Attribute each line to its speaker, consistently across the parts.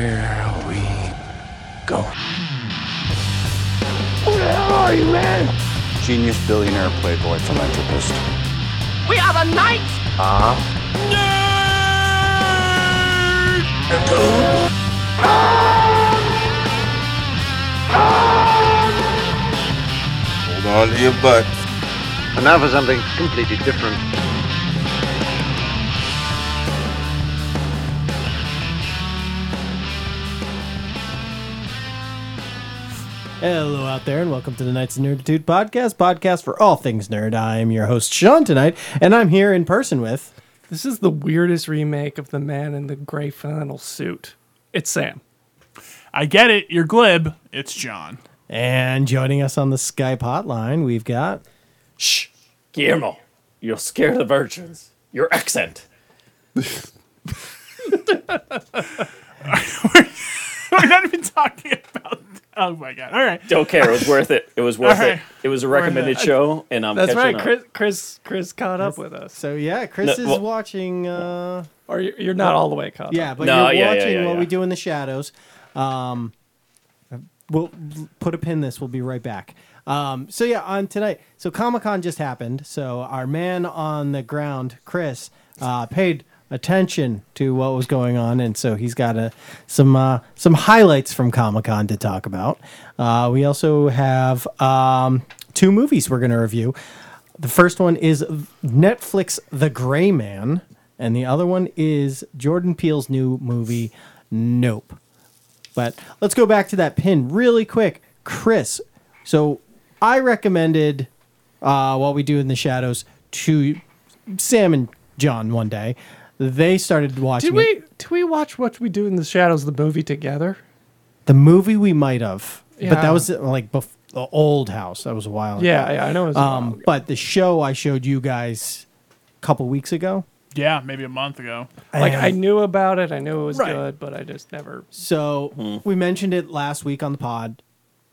Speaker 1: Here we go.
Speaker 2: Who the hell are you, man?
Speaker 3: Genius, billionaire, playboy, philanthropist.
Speaker 2: We are the knights.
Speaker 1: Ah. Nerd!
Speaker 4: Hold on to your butts.
Speaker 5: And now for something completely different.
Speaker 6: Hello out there, and welcome to the Knights of Nerditude podcast, podcast for all things nerd. I am your host Sean tonight, and I'm here in person with.
Speaker 7: This is the weirdest remake of the man in the gray flannel suit. It's Sam.
Speaker 8: I get it. You're glib. It's John.
Speaker 6: And joining us on the Skype hotline, we've got
Speaker 9: Shh, Guillermo, you'll scare the virgins. Your accent.
Speaker 8: We're not even talking about. Oh my god! All right.
Speaker 9: Don't care. It was worth it. It was worth
Speaker 8: All
Speaker 9: it.
Speaker 8: right.
Speaker 9: It was a recommended show, and I'm
Speaker 7: That's
Speaker 9: catching
Speaker 7: right.
Speaker 9: up.
Speaker 7: Chris, Chris, Chris caught up with us.
Speaker 6: so yeah, Chris
Speaker 9: No,
Speaker 6: is
Speaker 9: well-
Speaker 6: watching. Uh,
Speaker 7: Or you- you're not all the way caught
Speaker 6: yeah,
Speaker 7: up.
Speaker 6: but
Speaker 9: No,
Speaker 6: you're
Speaker 9: yeah, yeah,
Speaker 6: watching
Speaker 9: yeah,
Speaker 6: what
Speaker 9: yeah.
Speaker 6: we do in the shadows. Um, we'll put a pin this. We'll be right back. Um, so yeah, on tonight. So Comic Con just happened. So our man on the ground, Chris, uh, paid attention to what was going on, and so he's got a, some uh, some highlights from Comic Con to talk about. Uh, we also have um, two movies we're going to review. The first one is Netflix The Gray Man, and the other one is Jordan Peele's new movie Nope. But let's go back to that pin really quick, Chris. So I recommended uh, what we do in the shadows to Sam and John one day. They started watching
Speaker 7: Did
Speaker 6: it.
Speaker 7: we did we watch what we do in the shadows the movie together?
Speaker 6: the movie. We might have, but that
Speaker 7: Yeah.
Speaker 6: was uh, like bef- the old house. That was a while. ago.
Speaker 7: Yeah, yeah, I know. It was
Speaker 6: Um, but the show I showed you guys a couple weeks ago.
Speaker 8: Yeah, maybe a month ago.
Speaker 7: like I
Speaker 6: and-
Speaker 7: knew about it. I knew it was
Speaker 8: Right.
Speaker 7: good, but I just never.
Speaker 6: So
Speaker 9: Hmm.
Speaker 6: we mentioned it last week on the pod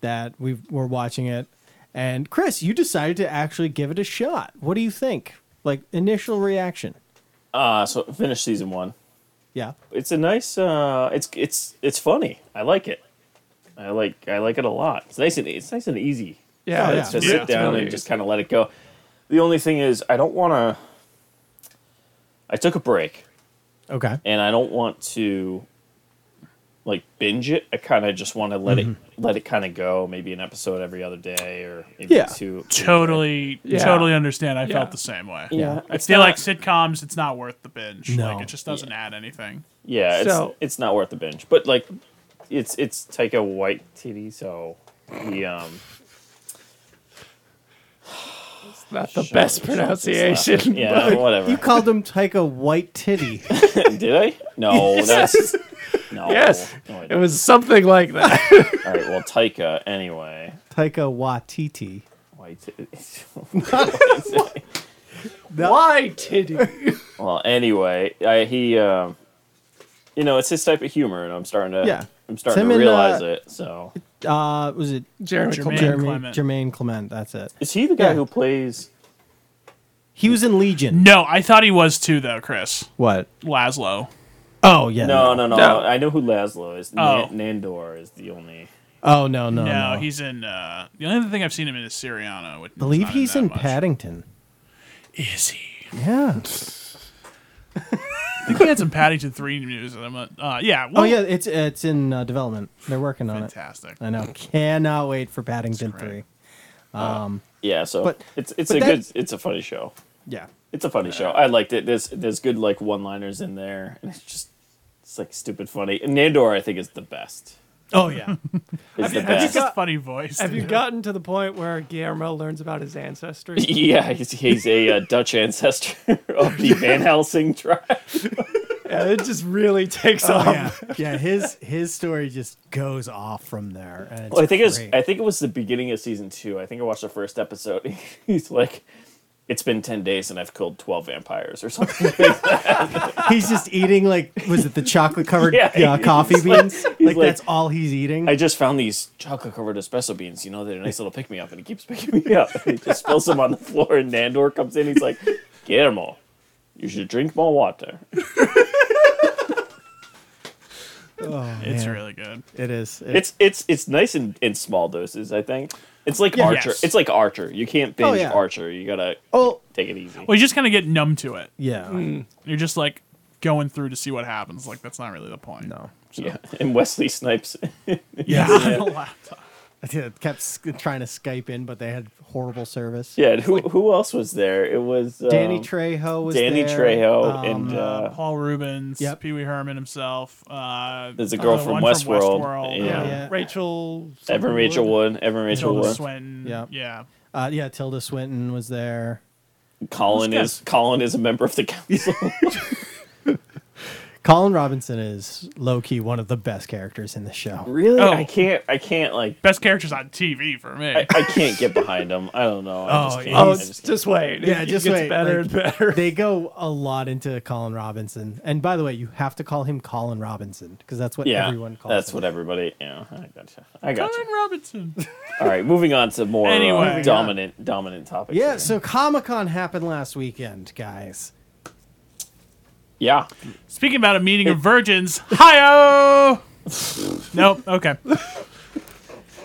Speaker 6: that we were watching it, and Chris, you decided to actually give it a shot. What do you think? Like initial reaction?
Speaker 9: Uh, so finish season one.
Speaker 6: Yeah,
Speaker 9: It's a nice. Uh, it's it's it's funny. I like it. I like I like it a lot. It's nice and it's nice and easy.
Speaker 7: Oh, Yeah,
Speaker 6: yeah.
Speaker 9: It's just
Speaker 8: Yeah,
Speaker 9: sit
Speaker 8: it's
Speaker 9: down
Speaker 7: really
Speaker 9: and just kind of let it go. The only thing is, I don't want to. I took a break,
Speaker 6: Okay.
Speaker 9: and I don't want to like binge it. I kind of just want to let it
Speaker 7: Mm-hmm.
Speaker 9: let it kind of go. Maybe an episode every other day, or maybe
Speaker 6: Yeah.
Speaker 9: two.
Speaker 8: Totally,
Speaker 7: Yeah.
Speaker 8: totally understand. I
Speaker 7: Yeah.
Speaker 8: felt the same way.
Speaker 9: Yeah,
Speaker 8: I
Speaker 9: it's
Speaker 8: feel
Speaker 9: not-
Speaker 8: like sitcoms, it's not worth the binge.
Speaker 6: No.
Speaker 8: Like it just doesn't add anything.
Speaker 9: Yeah, it's
Speaker 7: So-
Speaker 9: it's not worth the binge. But like, it's it's Taika White titty, so he um
Speaker 7: It's not the best pronunciation.
Speaker 9: yeah whatever.
Speaker 6: You called him Taika White Titty.
Speaker 9: Did I? No, that's no.
Speaker 7: Yes,
Speaker 9: No, I
Speaker 7: it
Speaker 9: didn't.
Speaker 7: was something like that.
Speaker 9: All right, well Taika anyway.
Speaker 6: Taika Waititi.
Speaker 9: White titties.
Speaker 7: Why titty?
Speaker 9: well, anyway, I, he um, you know, it's his type of humor, and I'm starting to
Speaker 6: Yeah.
Speaker 9: I'm starting
Speaker 6: Him
Speaker 9: to
Speaker 6: and,
Speaker 9: realize
Speaker 6: uh,
Speaker 9: it. So
Speaker 6: Uh, was it
Speaker 7: Jeremy
Speaker 8: Jermaine.
Speaker 7: Clement.
Speaker 6: Jeremy,
Speaker 8: Clement.
Speaker 6: Jermaine Clement? That's it.
Speaker 9: is he the guy
Speaker 6: yeah.
Speaker 9: who plays?
Speaker 6: He was in Legion.
Speaker 8: No, I thought he was too, though, Chris
Speaker 6: What?
Speaker 8: Laszlo.
Speaker 6: Oh yeah.
Speaker 9: No, no, no.
Speaker 7: No.
Speaker 9: I know who Laszlo is.
Speaker 8: Oh.
Speaker 9: Nan- Nandor is the only.
Speaker 6: Oh no no
Speaker 8: no,
Speaker 6: no.
Speaker 8: he's in. uh The only other thing I've seen him in is Siriano. Which
Speaker 6: believe he's in
Speaker 8: Patty.
Speaker 6: Paddington.
Speaker 8: Is he?
Speaker 6: Yeah.
Speaker 8: I think he had some Paddington Three news. that I'm not- uh, yeah.
Speaker 6: Oh
Speaker 8: well,
Speaker 6: yeah, Uh, it's it's in uh, development. They're working on it.
Speaker 8: Fantastic.
Speaker 6: I know. Cannot wait for Paddington
Speaker 8: great.
Speaker 6: three.
Speaker 9: Yeah, so
Speaker 6: But-
Speaker 9: it's it's
Speaker 6: but
Speaker 9: a
Speaker 6: that-
Speaker 9: good it's a funny show.
Speaker 6: Yeah.
Speaker 9: It's a funny show. I liked it. There's there's good like one liners in there, and it's just it's like stupid funny. And Nandor I think is the best.
Speaker 6: Oh yeah.
Speaker 9: Is the
Speaker 8: He's
Speaker 9: best.
Speaker 8: got a funny voice.
Speaker 7: Have you gotten to the point where Guillermo learns about his ancestry?
Speaker 9: yeah, he's, he's a uh, Dutch ancestor of the Van Helsing tribe.
Speaker 7: Yeah, it just really takes off.
Speaker 6: yeah. Yeah. His his story just goes off from there. And it's
Speaker 9: Well, I think it was
Speaker 6: great.
Speaker 9: I think it was the beginning of season two. I think I watched the first episode. He's like, "It's been ten days and I've killed twelve vampires or something."
Speaker 6: he's just eating like was it the chocolate covered
Speaker 9: Yeah,
Speaker 6: uh,
Speaker 9: he's
Speaker 6: coffee
Speaker 9: like-
Speaker 6: beans? Like,
Speaker 9: he's like-
Speaker 6: that's all he's eating.
Speaker 9: I just found these chocolate covered espresso beans. You know, they're a nice little pick me up, and he keeps picking me up. And he just spills them on the floor, and Nandor comes in. He's like, Guillermo, you should drink more water.
Speaker 8: It's
Speaker 6: man.
Speaker 8: really good.
Speaker 6: It is. It-
Speaker 9: It's it's it's nice in, in small doses. I think it's like
Speaker 8: Yeah.
Speaker 9: Archer.
Speaker 8: Yes.
Speaker 9: It's like Archer. You can't binge
Speaker 6: Oh, yeah.
Speaker 9: Archer. You gotta
Speaker 6: oh
Speaker 9: take it easy.
Speaker 8: Well, you just kind of get numb to it.
Speaker 6: yeah.
Speaker 9: Mm.
Speaker 8: You're just like going through to see what happens. Like that's not really the point.
Speaker 6: No.
Speaker 9: Yeah, and Wesley Snipes.
Speaker 8: Yeah. On the laptop.
Speaker 6: I think it kept s- trying to Skype in, but they had horrible service.
Speaker 9: yeah, and who who else was there? It was um,
Speaker 6: Danny Trejo was
Speaker 9: Danny
Speaker 6: there.
Speaker 9: Trejo
Speaker 6: Um,
Speaker 9: and
Speaker 8: Uh,
Speaker 9: uh,
Speaker 8: Paul Rubens.
Speaker 6: Yep.
Speaker 8: Pee Wee Herman himself. Uh,
Speaker 9: There's a
Speaker 8: the
Speaker 9: girl from
Speaker 8: one
Speaker 9: Westworld. Yeah.
Speaker 6: Yeah.
Speaker 7: Rachel.
Speaker 9: Evan
Speaker 7: something
Speaker 9: Rachel
Speaker 7: Oh, Wood.
Speaker 9: Wood. Evan Rachel
Speaker 8: Tilda
Speaker 9: Wood.
Speaker 8: Swinton.
Speaker 6: Yep.
Speaker 8: Yeah.
Speaker 6: uh, yeah, Tilda Swinton was there.
Speaker 9: Colin
Speaker 7: Those
Speaker 9: is Colin is a member of the council.
Speaker 6: Colin Robinson is low key one of the best characters in the show.
Speaker 9: really?
Speaker 8: Oh.
Speaker 9: I can't. I can't like.
Speaker 8: Best characters on TV for me.
Speaker 9: I, I can't get behind him. I don't know. I
Speaker 8: Oh,
Speaker 9: just can't.
Speaker 8: yeah.
Speaker 9: I
Speaker 7: Oh,
Speaker 9: just
Speaker 7: it's
Speaker 9: can't.
Speaker 7: just wait.
Speaker 6: Yeah,
Speaker 7: It
Speaker 6: just
Speaker 7: gets
Speaker 6: wait,
Speaker 7: better
Speaker 6: like-
Speaker 7: and better.
Speaker 6: They go a lot into Colin Robinson. And by the way, you have to call him Colin Robinson because that's what
Speaker 9: yeah,
Speaker 6: everyone calls
Speaker 9: that's
Speaker 6: him.
Speaker 9: what everybody. Yeah, I gotcha. I gotcha.
Speaker 8: Colin Robinson.
Speaker 9: All right, moving on to more uh,
Speaker 8: Anyway. Moving on.
Speaker 9: dominant dominant topics.
Speaker 6: Yeah,
Speaker 9: here.
Speaker 6: so Comic Con happened last weekend, guys.
Speaker 9: yeah.
Speaker 8: Speaking about a meeting of virgins, hi Nope. Okay.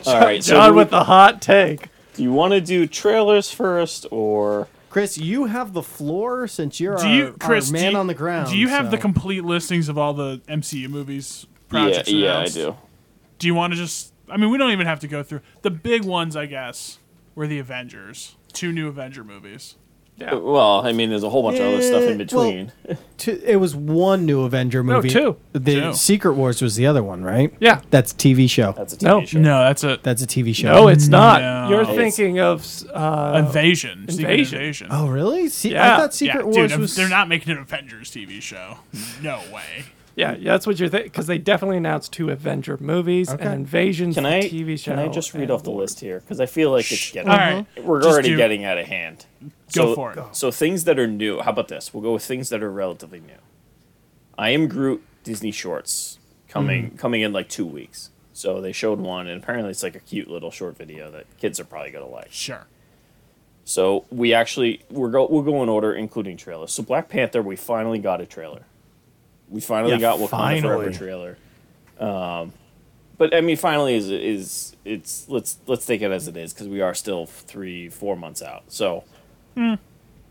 Speaker 9: All right, so do,
Speaker 7: John
Speaker 9: we-
Speaker 7: with the hot take.
Speaker 9: do you want to do trailers first or
Speaker 6: Chris, you have the floor since you're
Speaker 8: Do
Speaker 6: our,
Speaker 8: you,
Speaker 6: our
Speaker 8: Chris? do
Speaker 6: man
Speaker 8: you-
Speaker 6: on the ground.
Speaker 8: Do you have the
Speaker 6: so-
Speaker 8: complete listings of all the MCU movies? Projects
Speaker 9: yeah, yeah, I
Speaker 8: announced?
Speaker 9: do.
Speaker 8: Do you want to just? I mean, we don't even have to go through the big ones. I guess were the Avengers, two new Avenger movies.
Speaker 9: Well, I mean, there's a whole bunch of other stuff in
Speaker 6: Yeah,
Speaker 9: between.
Speaker 6: Two, it was one new Avenger movie.
Speaker 7: two.
Speaker 6: The
Speaker 8: Two.
Speaker 6: Secret Wars was the other one, right?
Speaker 7: Yeah.
Speaker 6: That's TV show.
Speaker 9: That's a TV
Speaker 7: No.
Speaker 9: show.
Speaker 8: No, that's a
Speaker 6: That's a TV show.
Speaker 7: No, it's not.
Speaker 8: No.
Speaker 7: You're
Speaker 8: It's-
Speaker 7: thinking of uh,
Speaker 8: invasion. Secret
Speaker 7: Invasion.
Speaker 8: invasion.
Speaker 6: Oh, really? Se- I
Speaker 7: Yeah.
Speaker 6: thought Secret
Speaker 8: yeah,
Speaker 6: Wars
Speaker 8: dude,
Speaker 6: was.
Speaker 8: they're not making an Avengers TV show. No way.
Speaker 7: yeah, yeah, that's what you're thinking because they definitely announced two Avenger movies and Invasions,
Speaker 9: Can
Speaker 7: the
Speaker 9: I
Speaker 7: TV show.
Speaker 9: can I just read
Speaker 7: and
Speaker 9: off the
Speaker 7: War.
Speaker 9: list here because I feel like it's getting
Speaker 8: All right,
Speaker 9: we're
Speaker 8: Just
Speaker 9: already
Speaker 8: do-
Speaker 9: getting out of hand.
Speaker 8: Go
Speaker 9: so,
Speaker 8: for it.
Speaker 9: So things that are new. How about this? We'll go with things that are relatively new. I am Groot Disney shorts coming
Speaker 8: Mm.
Speaker 9: coming in like two weeks. So they showed one, and apparently it's like a cute little short video that kids are probably gonna like.
Speaker 8: Sure.
Speaker 9: So we actually we're go we'll go in order, including trailers. So Black Panther, we finally got a trailer. We finally
Speaker 6: Yeah,
Speaker 9: got Wakanda Forever
Speaker 6: finally.
Speaker 9: trailer. Um, but I mean, finally is is it's let's let's take it as it is because we are still three four months out. So
Speaker 6: Hmm.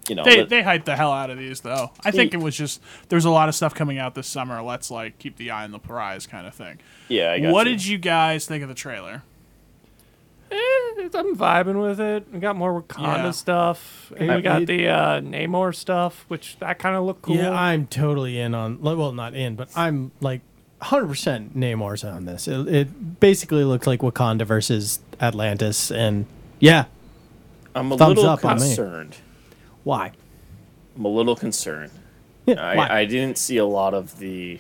Speaker 9: you know
Speaker 8: They
Speaker 9: let-
Speaker 8: they hyped the hell out of these though. I think it was just there's a lot of stuff coming out this summer. Let's like keep the eye on the prize kind of thing.
Speaker 9: yeah. I got
Speaker 8: What
Speaker 9: you.
Speaker 8: did you guys think of the trailer?
Speaker 7: Eh, it's- I'm vibing with it. We got more Wakanda
Speaker 8: Yeah.
Speaker 7: stuff. And we got
Speaker 6: it-
Speaker 7: the uh, Namor stuff, which that kind of looked cool.
Speaker 6: Yeah, I'm totally in on. like, Well, not in, but I'm like 100% Namor's on this. It, it basically looks like Wakanda versus Atlantis, and yeah,
Speaker 9: I'm a
Speaker 6: thumbs
Speaker 9: little
Speaker 6: up on me.
Speaker 9: concerned.
Speaker 6: why?
Speaker 9: I'm a little concerned.
Speaker 6: Yeah, why?
Speaker 9: I, I didn't see a lot of the.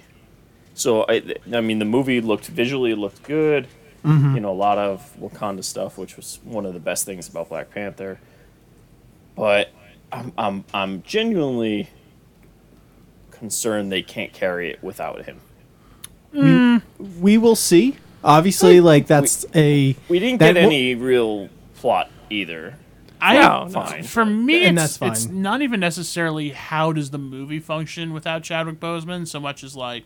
Speaker 9: So I, I mean, the movie looked visually it looked good.
Speaker 6: Mm-hmm.
Speaker 9: You know, a lot of Wakanda stuff, which was one of the best things about Black Panther. But I'm, I'm, I'm genuinely concerned they can't carry it without him.
Speaker 6: we will see. Obviously, like that's a
Speaker 9: We didn't
Speaker 6: That
Speaker 9: get
Speaker 6: wo-
Speaker 9: any real plot either.
Speaker 8: I
Speaker 7: No, no.
Speaker 8: fine. for me,
Speaker 6: And
Speaker 8: it's,
Speaker 6: that's
Speaker 8: it's
Speaker 6: fine.
Speaker 8: not even necessarily how does the movie function without Chadwick Boseman, so much as like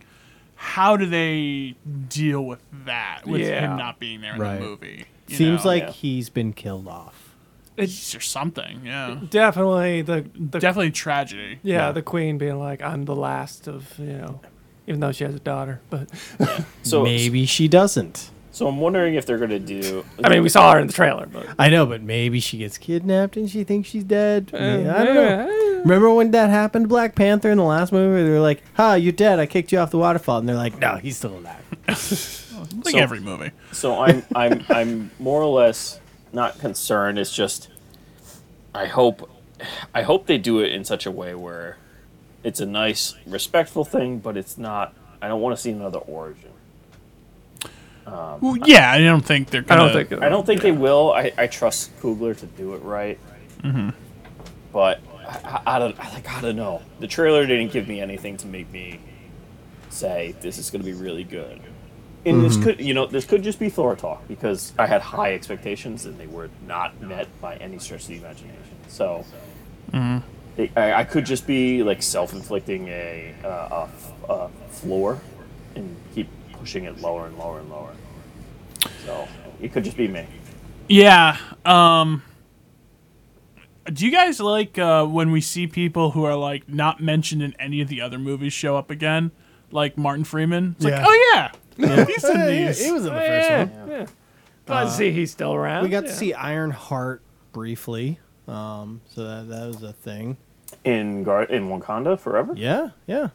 Speaker 8: how do they deal with that with
Speaker 7: Yeah.
Speaker 8: him not being there in
Speaker 6: Right.
Speaker 8: the movie. you
Speaker 6: seems
Speaker 8: know?
Speaker 6: like
Speaker 9: yeah.
Speaker 6: he's been killed off.
Speaker 8: or something. Yeah,
Speaker 7: Definitely the, the
Speaker 8: definitely tragedy.
Speaker 7: yeah, the queen being like, I'm the last of, you know, even though she has a daughter. But
Speaker 9: So
Speaker 6: Maybe she doesn't.
Speaker 9: So I'm wondering if they're gonna do.
Speaker 7: I mean, we saw her in the trailer. But
Speaker 6: I know, but maybe she gets kidnapped and she thinks she's dead.
Speaker 9: Uh,
Speaker 6: May- I don't know.
Speaker 7: Eh,
Speaker 6: Remember when that happened to Black Panther in the last movie? They were like, "Ha, you're dead. I kicked you off the waterfall," and they're like, "No, he's still alive."
Speaker 8: like
Speaker 9: So-
Speaker 8: every movie.
Speaker 9: So I'm I'm I'm more or less not concerned. It's just I hope I hope they do it in such a way where it's a nice, respectful thing, but it's not. I don't want to see another origin.
Speaker 8: Well, yeah, I don't think they're.
Speaker 7: I
Speaker 8: Gonna,
Speaker 7: don't think
Speaker 9: I don't think they will. I, I trust Kugler to do it right. But I, I, I don't I, like I don't know. The trailer didn't give me anything to make me say this is going to be really good. And this could you know this could just be Thor talk because I had high expectations and they were not met by any stretch of the imagination. So. it- I, I could just be like self-inflicting a, uh, a, f- a floor and keep pushing it lower and lower and lower. So it could just be me.
Speaker 8: Yeah. Um do you guys like uh, when we see people who are like not mentioned in any of the other movies show up again, like Martin Freeman? It's
Speaker 6: Yeah.
Speaker 8: like, oh yeah, he's in
Speaker 6: Oh, Yeah,
Speaker 8: these.
Speaker 6: he was in the
Speaker 7: Yeah,
Speaker 6: first one.
Speaker 7: yeah. Glad to see he's still around.
Speaker 6: We got
Speaker 7: yeah.
Speaker 6: to see Iron Heart briefly, um, so that that was a thing.
Speaker 9: In Gar- in Wakanda forever?
Speaker 6: Yeah, yeah.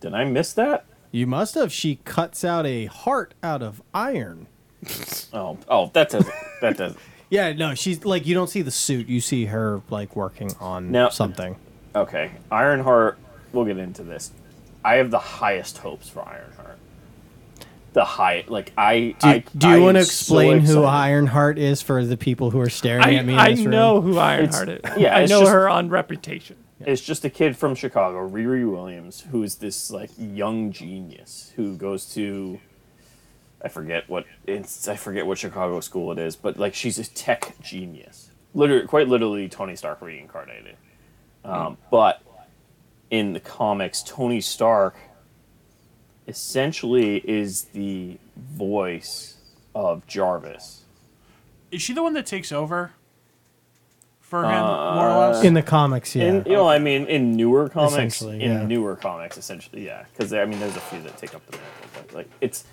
Speaker 9: Did I miss that?
Speaker 6: You must have. She cuts out a heart out of iron.
Speaker 9: Oh, oh, that doesn't. That doesn't.
Speaker 6: Yeah, no, she's like you don't see the suit. You see her like working on
Speaker 9: Now-
Speaker 6: something.
Speaker 9: Okay, Ironheart. We'll get into this. I have the highest hopes for Ironheart. The high, like I.
Speaker 6: Do,
Speaker 9: I,
Speaker 6: do you
Speaker 9: I
Speaker 6: want to
Speaker 9: am so
Speaker 6: explain who
Speaker 9: excited.
Speaker 6: Ironheart is for the people who are staring
Speaker 7: I,
Speaker 6: at me in
Speaker 7: I
Speaker 6: this room?
Speaker 7: know who Ironheart is.
Speaker 9: It's- yeah,
Speaker 7: I
Speaker 9: it's
Speaker 7: know
Speaker 9: just-
Speaker 7: her on reputation.
Speaker 9: It's just a kid from Chicago, Riri Williams, who is this like young genius who goes to I forget what it's I forget what Chicago school it is, but like she's a tech genius. Literally quite literally Tony Stark reincarnated. Um, but in the comics, Tony Stark essentially is the voice of Jarvis.
Speaker 8: Is she the one that takes over for him, more or less?
Speaker 6: in the comics. Yeah,
Speaker 9: In, you know, I mean, in newer comics,
Speaker 6: Essentially,
Speaker 9: in
Speaker 6: yeah.
Speaker 9: newer comics, essentially, yeah. Because I mean, there's a few that take up the mantle, but like it's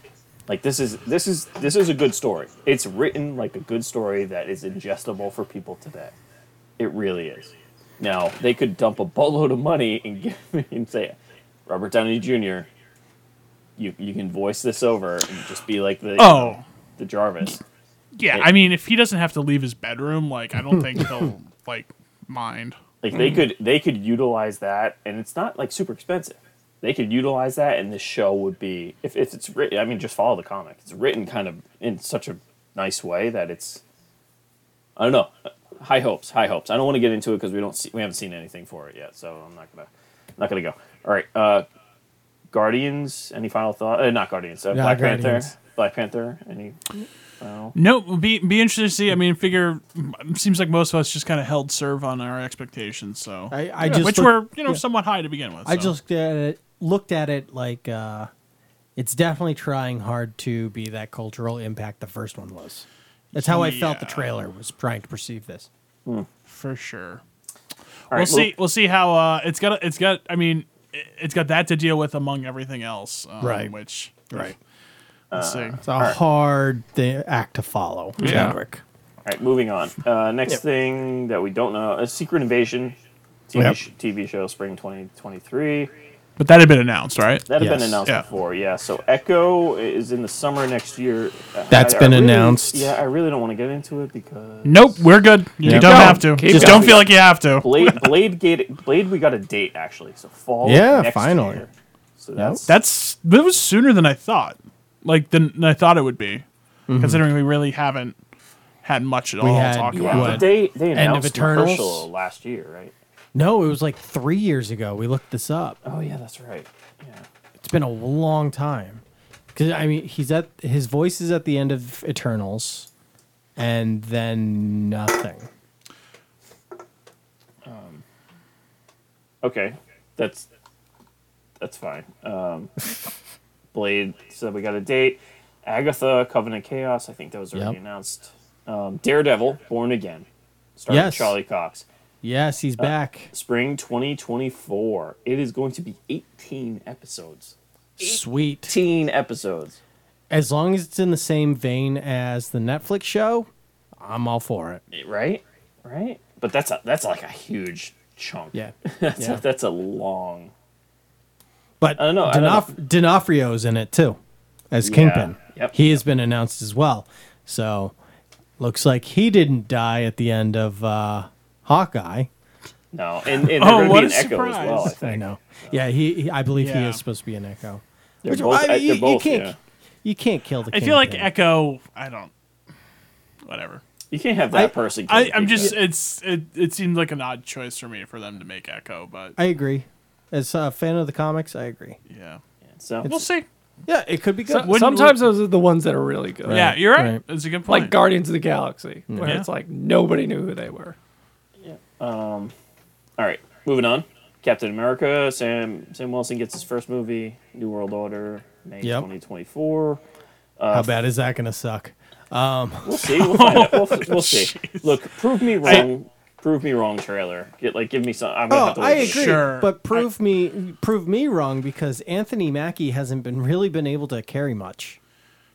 Speaker 9: like this is this is this is a good story. It's written like a good story that is ingestible for people today. It really is. Now they could dump a boatload of money and give me and say, Robert Downey Jr. You you can voice this over and just be like the
Speaker 8: Oh.
Speaker 9: the Jarvis.
Speaker 8: Yeah, I mean, if he doesn't have to leave his bedroom, like I don't think he'll like mind.
Speaker 9: Like they could they could utilize that, and it's not like super expensive. They could utilize that, and this show would be if, if it's written. I mean, just follow the comic. It's written kind of in such a nice way that it's. I don't know. High hopes, high hopes. I don't want to get into it because we don't see we haven't seen anything for it yet, so I'm not gonna not gonna go. All right, uh, Guardians. Any final thought? Uh, not Guardians. Uh,
Speaker 6: Yeah,
Speaker 9: Black
Speaker 6: Guardians.
Speaker 9: Panther. Black Panther. Any?
Speaker 8: No, be be interested to see. I mean, figure mm, seems like most of us just kind of held serve on our expectations. So
Speaker 6: I- I just
Speaker 8: which
Speaker 6: look-
Speaker 8: were you know somewhat high to begin with.
Speaker 6: I
Speaker 8: so.
Speaker 6: just uh, looked at it like uh, it's definitely trying hard to be that cultural impact the first one was. That's how I felt the
Speaker 8: Yeah.
Speaker 6: trailer was trying to perceive this.
Speaker 8: for sure.
Speaker 9: All
Speaker 8: we'll
Speaker 9: right,
Speaker 8: see. We'll see how uh, it's got. It's got. I mean, it- it's got that to deal with among everything else. Um,
Speaker 6: Right.
Speaker 8: Which
Speaker 6: Right.
Speaker 9: Uh,
Speaker 8: let's see.
Speaker 6: It's a hard thi- act to follow.
Speaker 7: Yeah.
Speaker 6: Chadwick.
Speaker 9: All right, moving on. Uh, next thing that we don't know: a Secret Invasion TV,
Speaker 6: Yep.
Speaker 9: sh- TV show, spring twenty twenty three.
Speaker 8: But that had been announced, right?
Speaker 9: That had
Speaker 6: Yes.
Speaker 9: been announced
Speaker 8: Yeah.
Speaker 9: before, yeah. So Echo is in the summer next year.
Speaker 6: That's
Speaker 9: That's
Speaker 6: been announced.
Speaker 9: Yeah, I really don't want to get into it because
Speaker 8: Nope, we're good. You
Speaker 6: Yeah.
Speaker 8: don't
Speaker 6: Go.
Speaker 8: have to.
Speaker 7: Keep
Speaker 8: Just
Speaker 9: going.
Speaker 8: don't feel like you have to.
Speaker 9: Blade Blade Gate Blade. We got a date actually, so fall.
Speaker 6: Yeah,
Speaker 9: next
Speaker 6: finally.
Speaker 9: year. So that's
Speaker 8: That's that was sooner than I thought. Like than, than I thought it would be, considering we really haven't had much at all
Speaker 6: Mm-hmm. had-
Speaker 8: to talk
Speaker 6: yeah.
Speaker 8: about.
Speaker 6: what?
Speaker 9: But they they
Speaker 6: of
Speaker 9: announced
Speaker 6: Eternals?
Speaker 9: commercial last year, right?
Speaker 6: No, it was like three years ago. We looked this up.
Speaker 9: Oh yeah, that's right. Yeah.
Speaker 6: It's been a long time. Because I mean, he's at his voice is at the end of Eternals, and then nothing.
Speaker 9: Okay, that's that's fine. Um, Blade said we got a date. Agatha, Covenant Chaos. I think that was already
Speaker 6: Yep.
Speaker 9: announced. Um, Daredevil, Born Again, starring
Speaker 6: Yes.
Speaker 9: Charlie Cox.
Speaker 6: Yes, he's back.
Speaker 9: Spring 2024. It is going to be 18 episodes.
Speaker 6: Sweet.
Speaker 9: 18 episodes.
Speaker 6: As long as it's in the same vein as the Netflix show, I'm all for it.
Speaker 9: Right? Right? But that's a that's like a huge chunk.
Speaker 6: Yeah.
Speaker 9: That's,
Speaker 6: Yeah.
Speaker 9: A, that's a long.
Speaker 6: But
Speaker 9: I don't know, I don't
Speaker 6: D'Onof- D'Onofrio's in it too, as Kingpin.
Speaker 9: yep,
Speaker 6: He has been announced as well. So looks like he didn't die at the end of uh, Hawkeye.
Speaker 9: No, and, and they're
Speaker 8: Oh,
Speaker 9: going to
Speaker 8: what
Speaker 9: be an
Speaker 8: a
Speaker 9: Echo as well. I
Speaker 8: surprise.
Speaker 9: think.
Speaker 6: I know. Yeah, he. he- I believe he
Speaker 8: Yeah.
Speaker 6: is supposed to be an Echo.
Speaker 9: They're both-
Speaker 6: I mean,
Speaker 9: I-
Speaker 6: you,
Speaker 9: they're
Speaker 6: you
Speaker 9: both,
Speaker 6: can't.
Speaker 9: yeah.
Speaker 6: You can't kill the.
Speaker 8: I feel like
Speaker 6: Kingpin.
Speaker 8: Echo. I don't. Whatever.
Speaker 9: You can't have that person.
Speaker 8: I,
Speaker 9: killing
Speaker 8: I'm just.
Speaker 9: people.
Speaker 8: It's. It, it seemed like an odd choice for me for them to make Echo, but
Speaker 6: I agree. As a fan of the comics, I agree.
Speaker 8: yeah.
Speaker 9: so,
Speaker 8: We'll see.
Speaker 6: Yeah, it could be good.
Speaker 7: So- sometimes those are the ones that are really good.
Speaker 8: Yeah, you're right.
Speaker 6: right.
Speaker 8: That's a good point.
Speaker 7: Like Guardians of the Galaxy, where
Speaker 8: Yeah.
Speaker 7: it's like nobody knew who they were.
Speaker 9: All right, moving on. Captain America. Sam Sam Wilson gets his first movie. New World Order. May
Speaker 6: Yep.
Speaker 9: 2024.
Speaker 6: How bad is that going to suck?
Speaker 9: We'll see. We'll find out. We'll, we'll see. Look, prove me wrong. prove me wrong, trailer. Get like, give me some. I'm gonna
Speaker 6: Oh,
Speaker 9: have to
Speaker 6: I
Speaker 9: look at it.
Speaker 6: agree.
Speaker 8: Sure.
Speaker 6: But prove me prove me wrong because Anthony Mackie hasn't been really been able to carry much.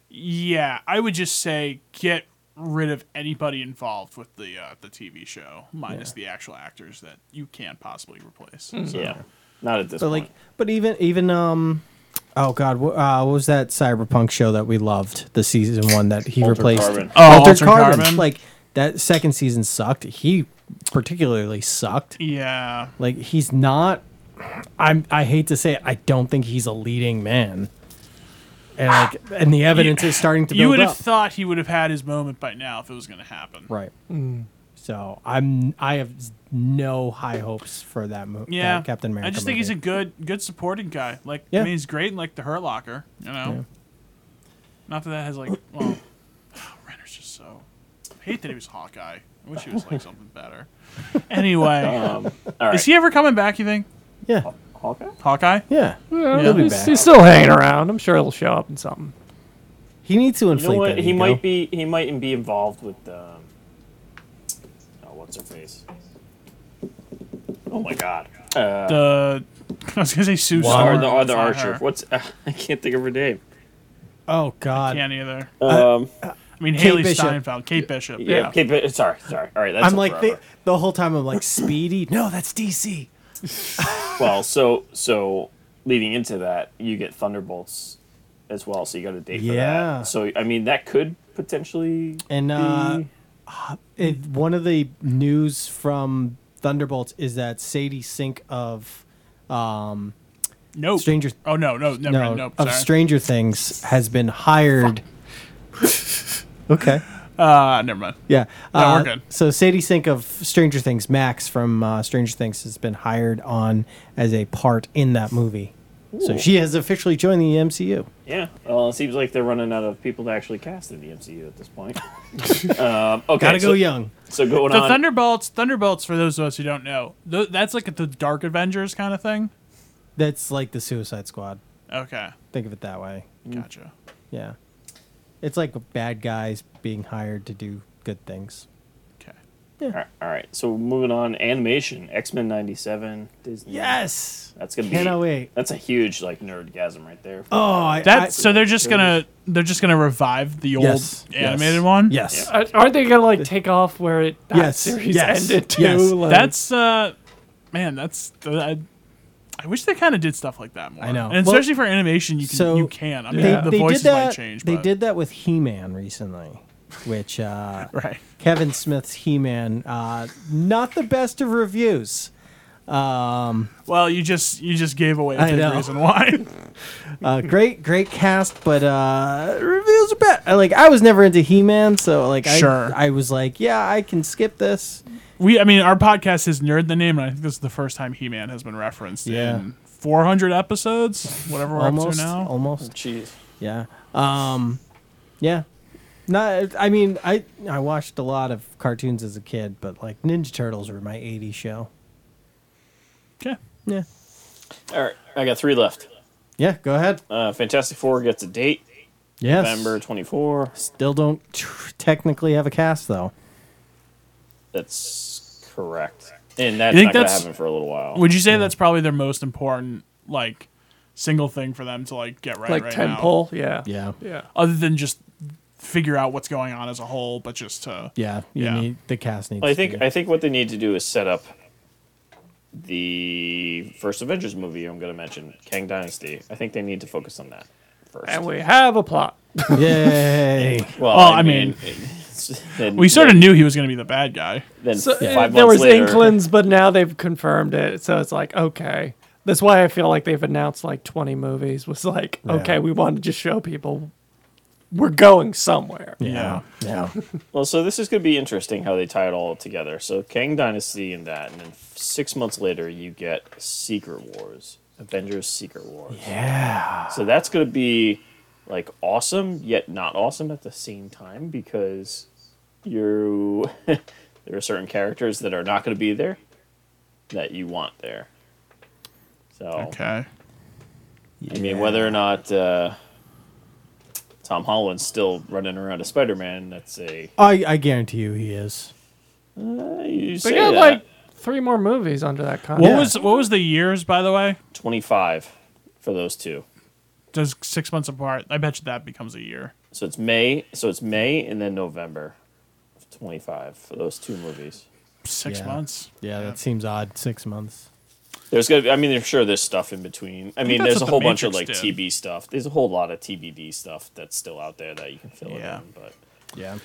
Speaker 8: Yeah, I would just say get rid of anybody involved with the uh, the TV show, minus the actual actors that you can't possibly replace. So,
Speaker 9: Yeah, not at this
Speaker 6: But
Speaker 9: point.
Speaker 6: like, but even even um, oh god, wh- uh, what was that cyberpunk show that we loved? The season one that he
Speaker 9: Altered
Speaker 6: replaced.
Speaker 9: Carbon.
Speaker 8: Oh,
Speaker 6: Altered
Speaker 8: Altered Carbon.
Speaker 6: Like that second season sucked. He particularly sucked.
Speaker 8: yeah,
Speaker 6: Like he's not. I'm. I hate to say it. I don't think he's a leading man. And like, and the evidence is starting to
Speaker 8: you
Speaker 6: build
Speaker 8: would have
Speaker 6: up.
Speaker 8: thought he would have had his moment by now if it was going to happen.
Speaker 6: right. So I'm. I have no high hopes for that movie.
Speaker 8: Yeah,
Speaker 6: Captain America.
Speaker 8: I just think he's a
Speaker 6: movie.
Speaker 8: good good supporting guy. Like,
Speaker 6: Yeah.
Speaker 8: I mean, he's great in like the Hurt Locker. You know, not that that has like. Well, Renner's just so. I hate that he was Hawkeye. I wish he was like something better. Anyway,
Speaker 9: Um, All right.
Speaker 8: is he ever coming back? You think
Speaker 6: Yeah.
Speaker 9: Hawkeye?
Speaker 8: Hawkeye?
Speaker 6: Yeah.
Speaker 7: Yeah,
Speaker 8: He'll be
Speaker 7: he's,
Speaker 6: back.
Speaker 7: he's still hanging around. I'm sure he'll show up in something.
Speaker 6: He needs to
Speaker 9: You
Speaker 6: inflate
Speaker 9: know what?
Speaker 6: that
Speaker 9: He
Speaker 6: ego.
Speaker 9: might be. He might be involved with. Um, oh, what's her face? Oh my God. Uh,
Speaker 8: The I was gonna say Sue
Speaker 9: or
Speaker 8: Storm.
Speaker 9: the other
Speaker 8: It's not
Speaker 9: Archer.
Speaker 8: her.
Speaker 9: What's? Uh, I can't think of her name.
Speaker 6: Oh God.
Speaker 8: Can't either.
Speaker 9: Um,
Speaker 8: I mean,
Speaker 6: Uh, Kate
Speaker 8: Haley
Speaker 6: Bishop.
Speaker 8: Steinfeld, Kate Bishop.
Speaker 9: yeah.
Speaker 7: yeah.
Speaker 9: Okay, but, sorry. Sorry. All right. That's
Speaker 6: I'm
Speaker 9: a
Speaker 6: like the,
Speaker 9: forever.
Speaker 6: the whole time. I'm like Speedy. No, that's DC.
Speaker 9: well, so so leading into that, you get Thunderbolts as well. So you got a date for
Speaker 6: Yeah.
Speaker 9: that. So I mean, that could potentially.
Speaker 6: And uh, it, one of the news from Thunderbolts is that Sadie Sink of um,
Speaker 8: Nope.
Speaker 6: Stranger-
Speaker 8: Oh no, no, never
Speaker 6: no
Speaker 8: mind. Nope.
Speaker 6: of
Speaker 8: Sorry.
Speaker 6: Stranger Things has been hired. okay.
Speaker 8: uh, never mind.
Speaker 6: Yeah.
Speaker 8: No, we're
Speaker 6: Uh,
Speaker 8: good.
Speaker 6: So Sadie Sink of Stranger Things, Max from uh, Stranger Things, has been hired on as a part in that movie. So she has officially joined the MCU.
Speaker 9: Yeah. Well, it seems like they're running out of people to actually cast in the MCU at this point. um, okay.
Speaker 6: Gotta
Speaker 9: so,
Speaker 6: go young.
Speaker 9: So going
Speaker 8: The
Speaker 9: on.
Speaker 8: Thunderbolts, Thunderbolts, for those of us who don't know, th- that's like the Dark Avengers kind of thing.
Speaker 6: That's like the Suicide Squad.
Speaker 8: Okay,
Speaker 6: Think of it that way.
Speaker 9: Mm.
Speaker 8: gotcha.
Speaker 6: Yeah. It's like bad guys being hired to do good things.
Speaker 8: Okay,
Speaker 9: All right, all right, so moving on. Animation, X Men '97, Disney.
Speaker 6: Yes.
Speaker 9: that's gonna be.
Speaker 6: Cannot wait.
Speaker 9: That's a huge like nerdgasm right there.
Speaker 6: Oh, I,
Speaker 8: that's so they're just gonna they're just gonna revive the old
Speaker 6: Yes, yes,
Speaker 8: animated one.
Speaker 6: Yes.
Speaker 7: Uh, Aren't they gonna like take off where it that
Speaker 6: Yes,
Speaker 7: series
Speaker 6: yes,
Speaker 7: ended too?
Speaker 6: yes.
Speaker 7: Like,
Speaker 8: that's uh, man, that's uh, I, I wish they kind of did stuff like that more.
Speaker 6: I know.
Speaker 8: and
Speaker 6: Well,
Speaker 8: especially for animation, you can
Speaker 6: so
Speaker 8: you can. I mean,
Speaker 6: They,
Speaker 8: the
Speaker 6: they
Speaker 8: voices
Speaker 6: did that.
Speaker 8: might change.
Speaker 6: they
Speaker 8: but,
Speaker 6: did that with He-Man recently, which uh,
Speaker 8: right.
Speaker 6: Kevin Smith's He-Man, uh, not the best of reviews. Um,
Speaker 8: Well, you just you just gave away a
Speaker 6: I
Speaker 8: big
Speaker 6: know.
Speaker 8: reason why.
Speaker 6: Uh, great, great cast, but uh, reviews are bad. I, Like I was never into He-Man, so like I,
Speaker 8: Sure.
Speaker 6: I was like, yeah, I can skip this.
Speaker 8: we I mean our podcast is nerd the name and I think this is the first time He Man has been referenced
Speaker 6: Yeah.
Speaker 8: in 400 episodes whatever we're up to
Speaker 6: Almost,
Speaker 8: now.
Speaker 6: almost.
Speaker 9: Oh, Jeez.
Speaker 6: Yeah. Um, yeah. Not. I mean, I I watched a lot of cartoons as a kid, but like Ninja Turtles were my '80s show.
Speaker 8: Okay.
Speaker 6: Yeah.
Speaker 9: All right, I got three left.
Speaker 6: Yeah. Go ahead.
Speaker 9: Uh, Fantastic Four gets a date,
Speaker 6: yes.
Speaker 9: November 24.
Speaker 6: Still don't tr- technically have a cast though.
Speaker 9: That's correct. And that's
Speaker 8: You think
Speaker 9: not going to
Speaker 8: that's-
Speaker 9: happen for a little while.
Speaker 8: Would you say that's probably their most important like single thing for them to like get right
Speaker 7: like
Speaker 8: right now?
Speaker 7: temple. Yeah.
Speaker 6: Yeah.
Speaker 7: Yeah.
Speaker 8: Other than just figure out what's going on as a whole but just to
Speaker 6: Yeah. You
Speaker 8: Yeah.
Speaker 6: need the cast needs.
Speaker 9: Well, I
Speaker 6: to
Speaker 9: think
Speaker 6: be-
Speaker 9: I think what they need to do is set up the first Avengers movie. I'm going to mention Kang Dynasty. I think they need to focus on that first.
Speaker 7: And we have a plot.
Speaker 6: Yay.
Speaker 9: well,
Speaker 8: Well, I mean,
Speaker 9: it's- then-
Speaker 8: We sort of
Speaker 9: then-
Speaker 8: knew he was going to be the bad guy.
Speaker 9: Then
Speaker 7: So,
Speaker 9: five
Speaker 7: uh,
Speaker 9: months
Speaker 7: there was
Speaker 9: later,
Speaker 7: inklings, but now they've confirmed it. So it's like, okay. That's why I feel like they've announced like 20 movies. Was like, okay, we want to just show people we're going somewhere.
Speaker 8: Yeah.
Speaker 6: yeah.
Speaker 9: Well, so this is going to be interesting how they tie it all together. So Kang Dynasty and that, and then f- six months later you get Secret Wars, Avengers Secret Wars.
Speaker 6: Yeah.
Speaker 9: So that's going to be like awesome yet not awesome at the same time because you there are certain characters that are not going to be there that you want there. So
Speaker 8: Okay.
Speaker 9: I mean, whether or not uh, Tom Holland's still running around as Spider Man, that's a.
Speaker 6: I, I guarantee you he is.
Speaker 9: Uh, you
Speaker 7: They
Speaker 9: say
Speaker 7: got
Speaker 9: that.
Speaker 7: like three more movies under that contract.
Speaker 8: What
Speaker 6: Yeah.
Speaker 8: was what was the years by the way?
Speaker 9: 25 for those two.
Speaker 8: Does six months apart? I bet you that becomes a year.
Speaker 9: So it's May. So it's May and then November, of 25 for those two movies.
Speaker 8: Six
Speaker 6: Yeah.
Speaker 8: months.
Speaker 6: Yeah, that seems odd. Six months.
Speaker 9: There's gonna. Be, I mean, there's sure there's stuff in between. I, mean,
Speaker 8: that's
Speaker 9: there's a
Speaker 8: what The
Speaker 9: whole bunch of like
Speaker 8: Matrix did.
Speaker 9: TB stuff. There's a whole lot of TBD stuff that's still out there that you can fill
Speaker 8: Yeah.
Speaker 9: it in. But
Speaker 6: Yeah.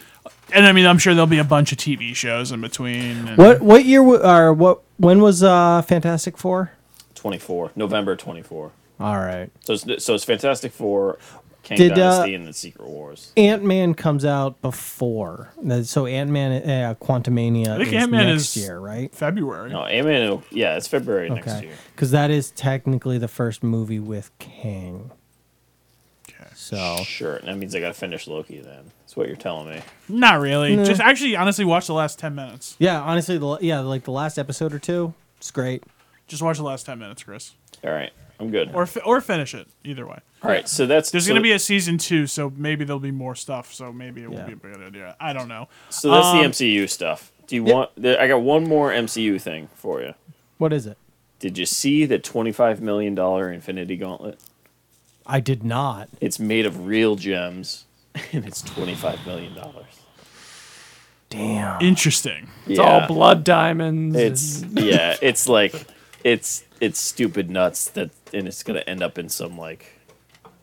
Speaker 8: And I mean, I'm sure there'll be a bunch of TV shows in between. and-
Speaker 6: What what year w- or what when was uh Fantastic Four?
Speaker 9: 24 November 24.
Speaker 6: All right.
Speaker 9: So it's so it's Fantastic Four, Kang
Speaker 6: Did, uh,
Speaker 9: Dynasty, and the Secret Wars.
Speaker 6: Ant Man comes out before. That- So Ant Man, uh, Quantumania
Speaker 8: I think
Speaker 6: is
Speaker 8: Ant-Man
Speaker 6: next
Speaker 8: is-
Speaker 6: year, right?
Speaker 8: February.
Speaker 9: No, Ant-Man, yeah, it's February next
Speaker 6: Okay,
Speaker 9: year.
Speaker 6: because that is technically the first movie with Kang.
Speaker 8: Okay.
Speaker 6: So
Speaker 9: Sure, and that means I gotta finish Loki then. That's what you're telling me.
Speaker 8: Not really. Just actually, honestly, watch the last ten minutes.
Speaker 6: yeah, honestly, the, yeah, like the last episode or two, it's great.
Speaker 8: Just watch the last ten minutes, Chris,
Speaker 9: All right, I'm good.
Speaker 8: or fi- or finish it. Either way,
Speaker 9: All right, so that's
Speaker 8: there's
Speaker 9: so,
Speaker 8: gonna be a season two, so maybe there'll be more stuff. So maybe it
Speaker 6: Yeah.
Speaker 8: will be a good idea. I don't know.
Speaker 9: so that's
Speaker 8: um,
Speaker 9: the MCU stuff. Do you want? There, I got one more MCU thing for you.
Speaker 6: What is it?
Speaker 9: Did you see the 25 million dollar Infinity Gauntlet?
Speaker 6: I did not.
Speaker 9: It's made of real gems, and it's 25 million dollars.
Speaker 6: Damn.
Speaker 8: Interesting.
Speaker 7: It's all blood diamonds.
Speaker 9: It's
Speaker 7: and-
Speaker 9: yeah, it's like it's it's stupid nuts that and it's gonna end up in some like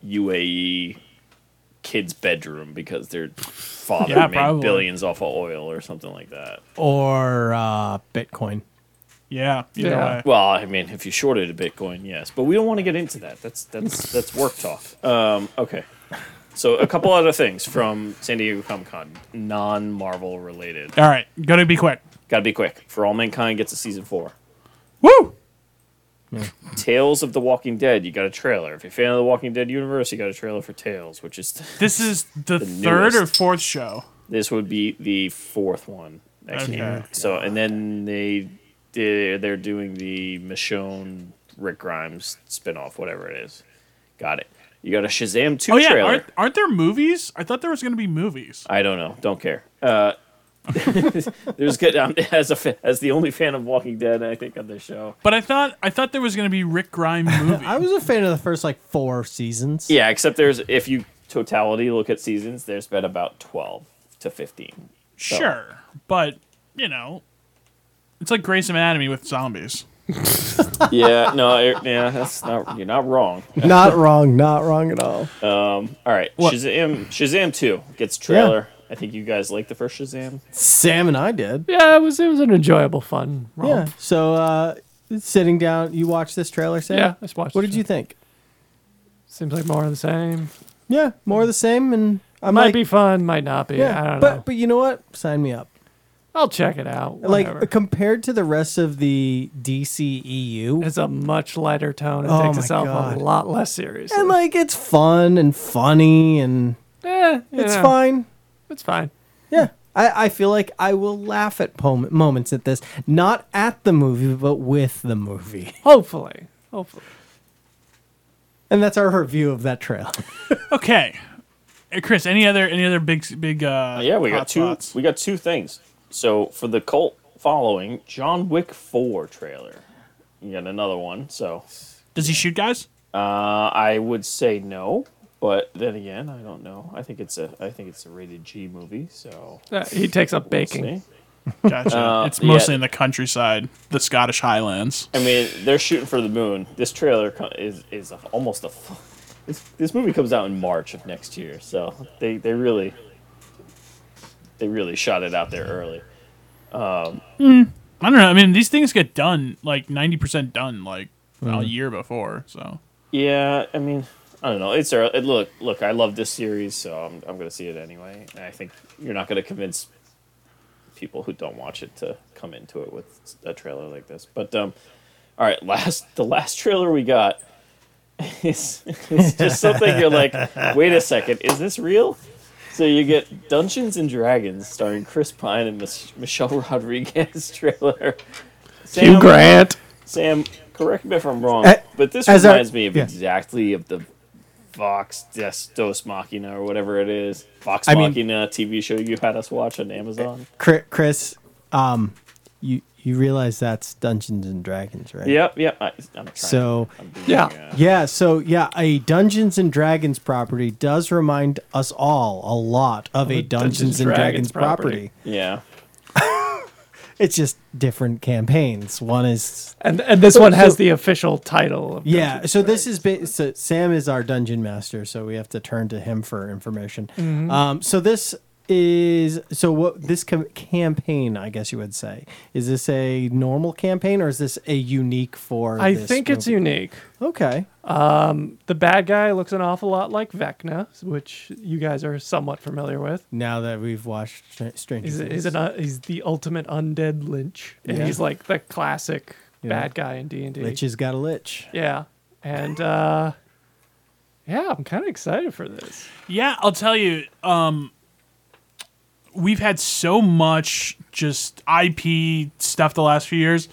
Speaker 9: UAE kid's bedroom because their father
Speaker 8: Yeah,
Speaker 9: made
Speaker 8: probably.
Speaker 9: billions off of oil or something like that.
Speaker 6: Or uh, Bitcoin.
Speaker 8: Yeah. Either
Speaker 7: Yeah.
Speaker 8: way.
Speaker 9: Well, I mean, if you shorted a Bitcoin, yes, but we don't want to get into that. That's that's that's work talk. Um, okay, so a couple other things from San Diego Comic Con, non Marvel related.
Speaker 8: All right. Gonna be quick.
Speaker 9: Got to be quick. For All Mankind gets a season four.
Speaker 8: Woo.
Speaker 9: Tales of the Walking Dead, you got a trailer. If you're a fan of the Walking Dead universe, you got a trailer for Tales, which is
Speaker 8: This is the, third
Speaker 9: newest.
Speaker 8: or fourth show.
Speaker 9: this would be the fourth one next
Speaker 8: Okay.
Speaker 9: year. So and then they they're, they're doing the Michonne Rick Grimes spinoff, whatever it is. Got it. You got a Shazam two
Speaker 8: Oh yeah,
Speaker 9: trailer.
Speaker 8: aren't, aren't there movies? I thought there was gonna be movies.
Speaker 9: I don't know. Don't care. Uh, there's good um, as a fa- as the only fan of Walking Dead, I think on this show.
Speaker 8: But I thought I thought there was gonna be Rick Grimes movie.
Speaker 6: I was a fan of the first like four seasons.
Speaker 9: Yeah, except there's if you totality look at seasons, there's been about twelve to fifteen. So-
Speaker 8: Sure, but you know, it's like Grey's Anatomy with zombies.
Speaker 9: yeah, no, you're- yeah, that's not you're not wrong.
Speaker 6: Not wrong. Not wrong at all.
Speaker 9: All right,
Speaker 8: What?
Speaker 9: Shazam, Shazam two gets trailer. I think you guys like the first Shazam.
Speaker 6: Sam and I did.
Speaker 7: yeah, it was it was an enjoyable fun.
Speaker 6: Yeah.
Speaker 7: romp.
Speaker 6: So uh, sitting down, you watched this trailer, Sam.
Speaker 7: Yeah, I just watched
Speaker 6: What
Speaker 7: it.
Speaker 6: did you think?
Speaker 7: Seems like more of the same.
Speaker 6: Yeah, more of the same, and I
Speaker 7: Might
Speaker 6: might
Speaker 7: be fun, might not be.
Speaker 6: Yeah,
Speaker 7: I don't
Speaker 6: but
Speaker 7: know.
Speaker 6: but you know what? Sign me up.
Speaker 7: I'll check it out. whatever.
Speaker 6: Like compared to the rest of the E DCEU,
Speaker 7: it's a much lighter tone. It
Speaker 6: Oh
Speaker 7: takes
Speaker 6: my
Speaker 7: itself
Speaker 6: God.
Speaker 7: a lot less seriously.
Speaker 6: and like it's fun and funny and
Speaker 7: Eh, you
Speaker 6: it's
Speaker 7: know,
Speaker 6: fine.
Speaker 7: It's fine.
Speaker 6: Yeah. I, I feel like I will laugh at pom- moments at this, not at the movie, but with the movie.
Speaker 7: Hopefully, hopefully.
Speaker 6: And that's our review of that trailer.
Speaker 8: Okay, Uh, Chris, any other any other big big? Uh,
Speaker 9: Yeah, we
Speaker 8: hot
Speaker 9: got two.
Speaker 8: spots?
Speaker 9: We got two things. So for the cult following, John Wick four trailer. You got another one. So
Speaker 8: Does he shoot guys?
Speaker 9: uh, I would say no, but then again, I don't know. I think it's a I think it's a rated G movie. So
Speaker 7: Uh, he takes up
Speaker 9: we'll
Speaker 7: baking.
Speaker 9: see.
Speaker 8: Gotcha.
Speaker 9: Uh,
Speaker 8: it's mostly
Speaker 9: yeah.
Speaker 8: in the countryside, the Scottish Highlands.
Speaker 9: I mean, they're shooting for the moon. This trailer co- is is a- almost a. fu- This, this movie comes out in March of next year, so they, they really they really shot it out there early.
Speaker 8: I don't know. I mean, these things get done like ninety percent done like a year before. So
Speaker 9: Yeah, I mean, I don't know. It's early. look look. I love this series, so I'm I'm gonna see it anyway. And I think you're not gonna convince people who don't watch it to come into it with a trailer like this. But um, all right, last the last trailer we got is is just something you're like, wait a second, is this real? So you get Dungeons and Dragons starring Chris Pine and Mich- Michelle Rodriguez trailer. Sam,
Speaker 7: Grant.
Speaker 9: Sam, Correct me if I'm wrong,
Speaker 6: A-
Speaker 9: but this
Speaker 6: as a-
Speaker 9: reminds me of
Speaker 6: yeah.
Speaker 9: exactly of the Vox Des Dos Machina or whatever it is. Vox
Speaker 6: I mean-
Speaker 9: Machina TV show you had us watch on Amazon.
Speaker 6: Chri- Chris, um, you you realize that's Dungeons and Dragons, right?
Speaker 9: Yep, yep. I, I'm trying.
Speaker 6: So
Speaker 9: I'm being,
Speaker 7: Yeah.
Speaker 9: uh,
Speaker 6: yeah, so yeah, a Dungeons and Dragons property does remind us all a lot of a Dungeons, and Dragons, property.
Speaker 9: yeah.
Speaker 6: It's just different campaigns. One is
Speaker 7: And and this one has the official title. Of
Speaker 6: yeah. So this is ba- so Sam is our dungeon master, so we have to turn to him for information.
Speaker 8: Mm-hmm.
Speaker 6: Um, so this is so what this com- campaign, I guess you would say, is this a normal campaign or is this a unique for?
Speaker 7: I
Speaker 6: this
Speaker 7: think it's
Speaker 6: movie?
Speaker 7: unique.
Speaker 6: okay.
Speaker 7: The bad guy looks an awful lot like Vecna, which you guys are somewhat familiar with.
Speaker 6: Now that we've watched Str- Stranger
Speaker 7: He's
Speaker 6: Things,
Speaker 7: he's, an, uh, he's the ultimate undead lynch, and
Speaker 6: Yeah.
Speaker 7: he's like the classic
Speaker 6: Yeah.
Speaker 7: bad guy in D and
Speaker 6: lich
Speaker 7: D.
Speaker 6: has got a lich.
Speaker 7: Yeah, and uh, yeah, I'm kind of excited for this.
Speaker 8: Yeah, I'll tell you. Um, we've had so much just IP stuff the last few years.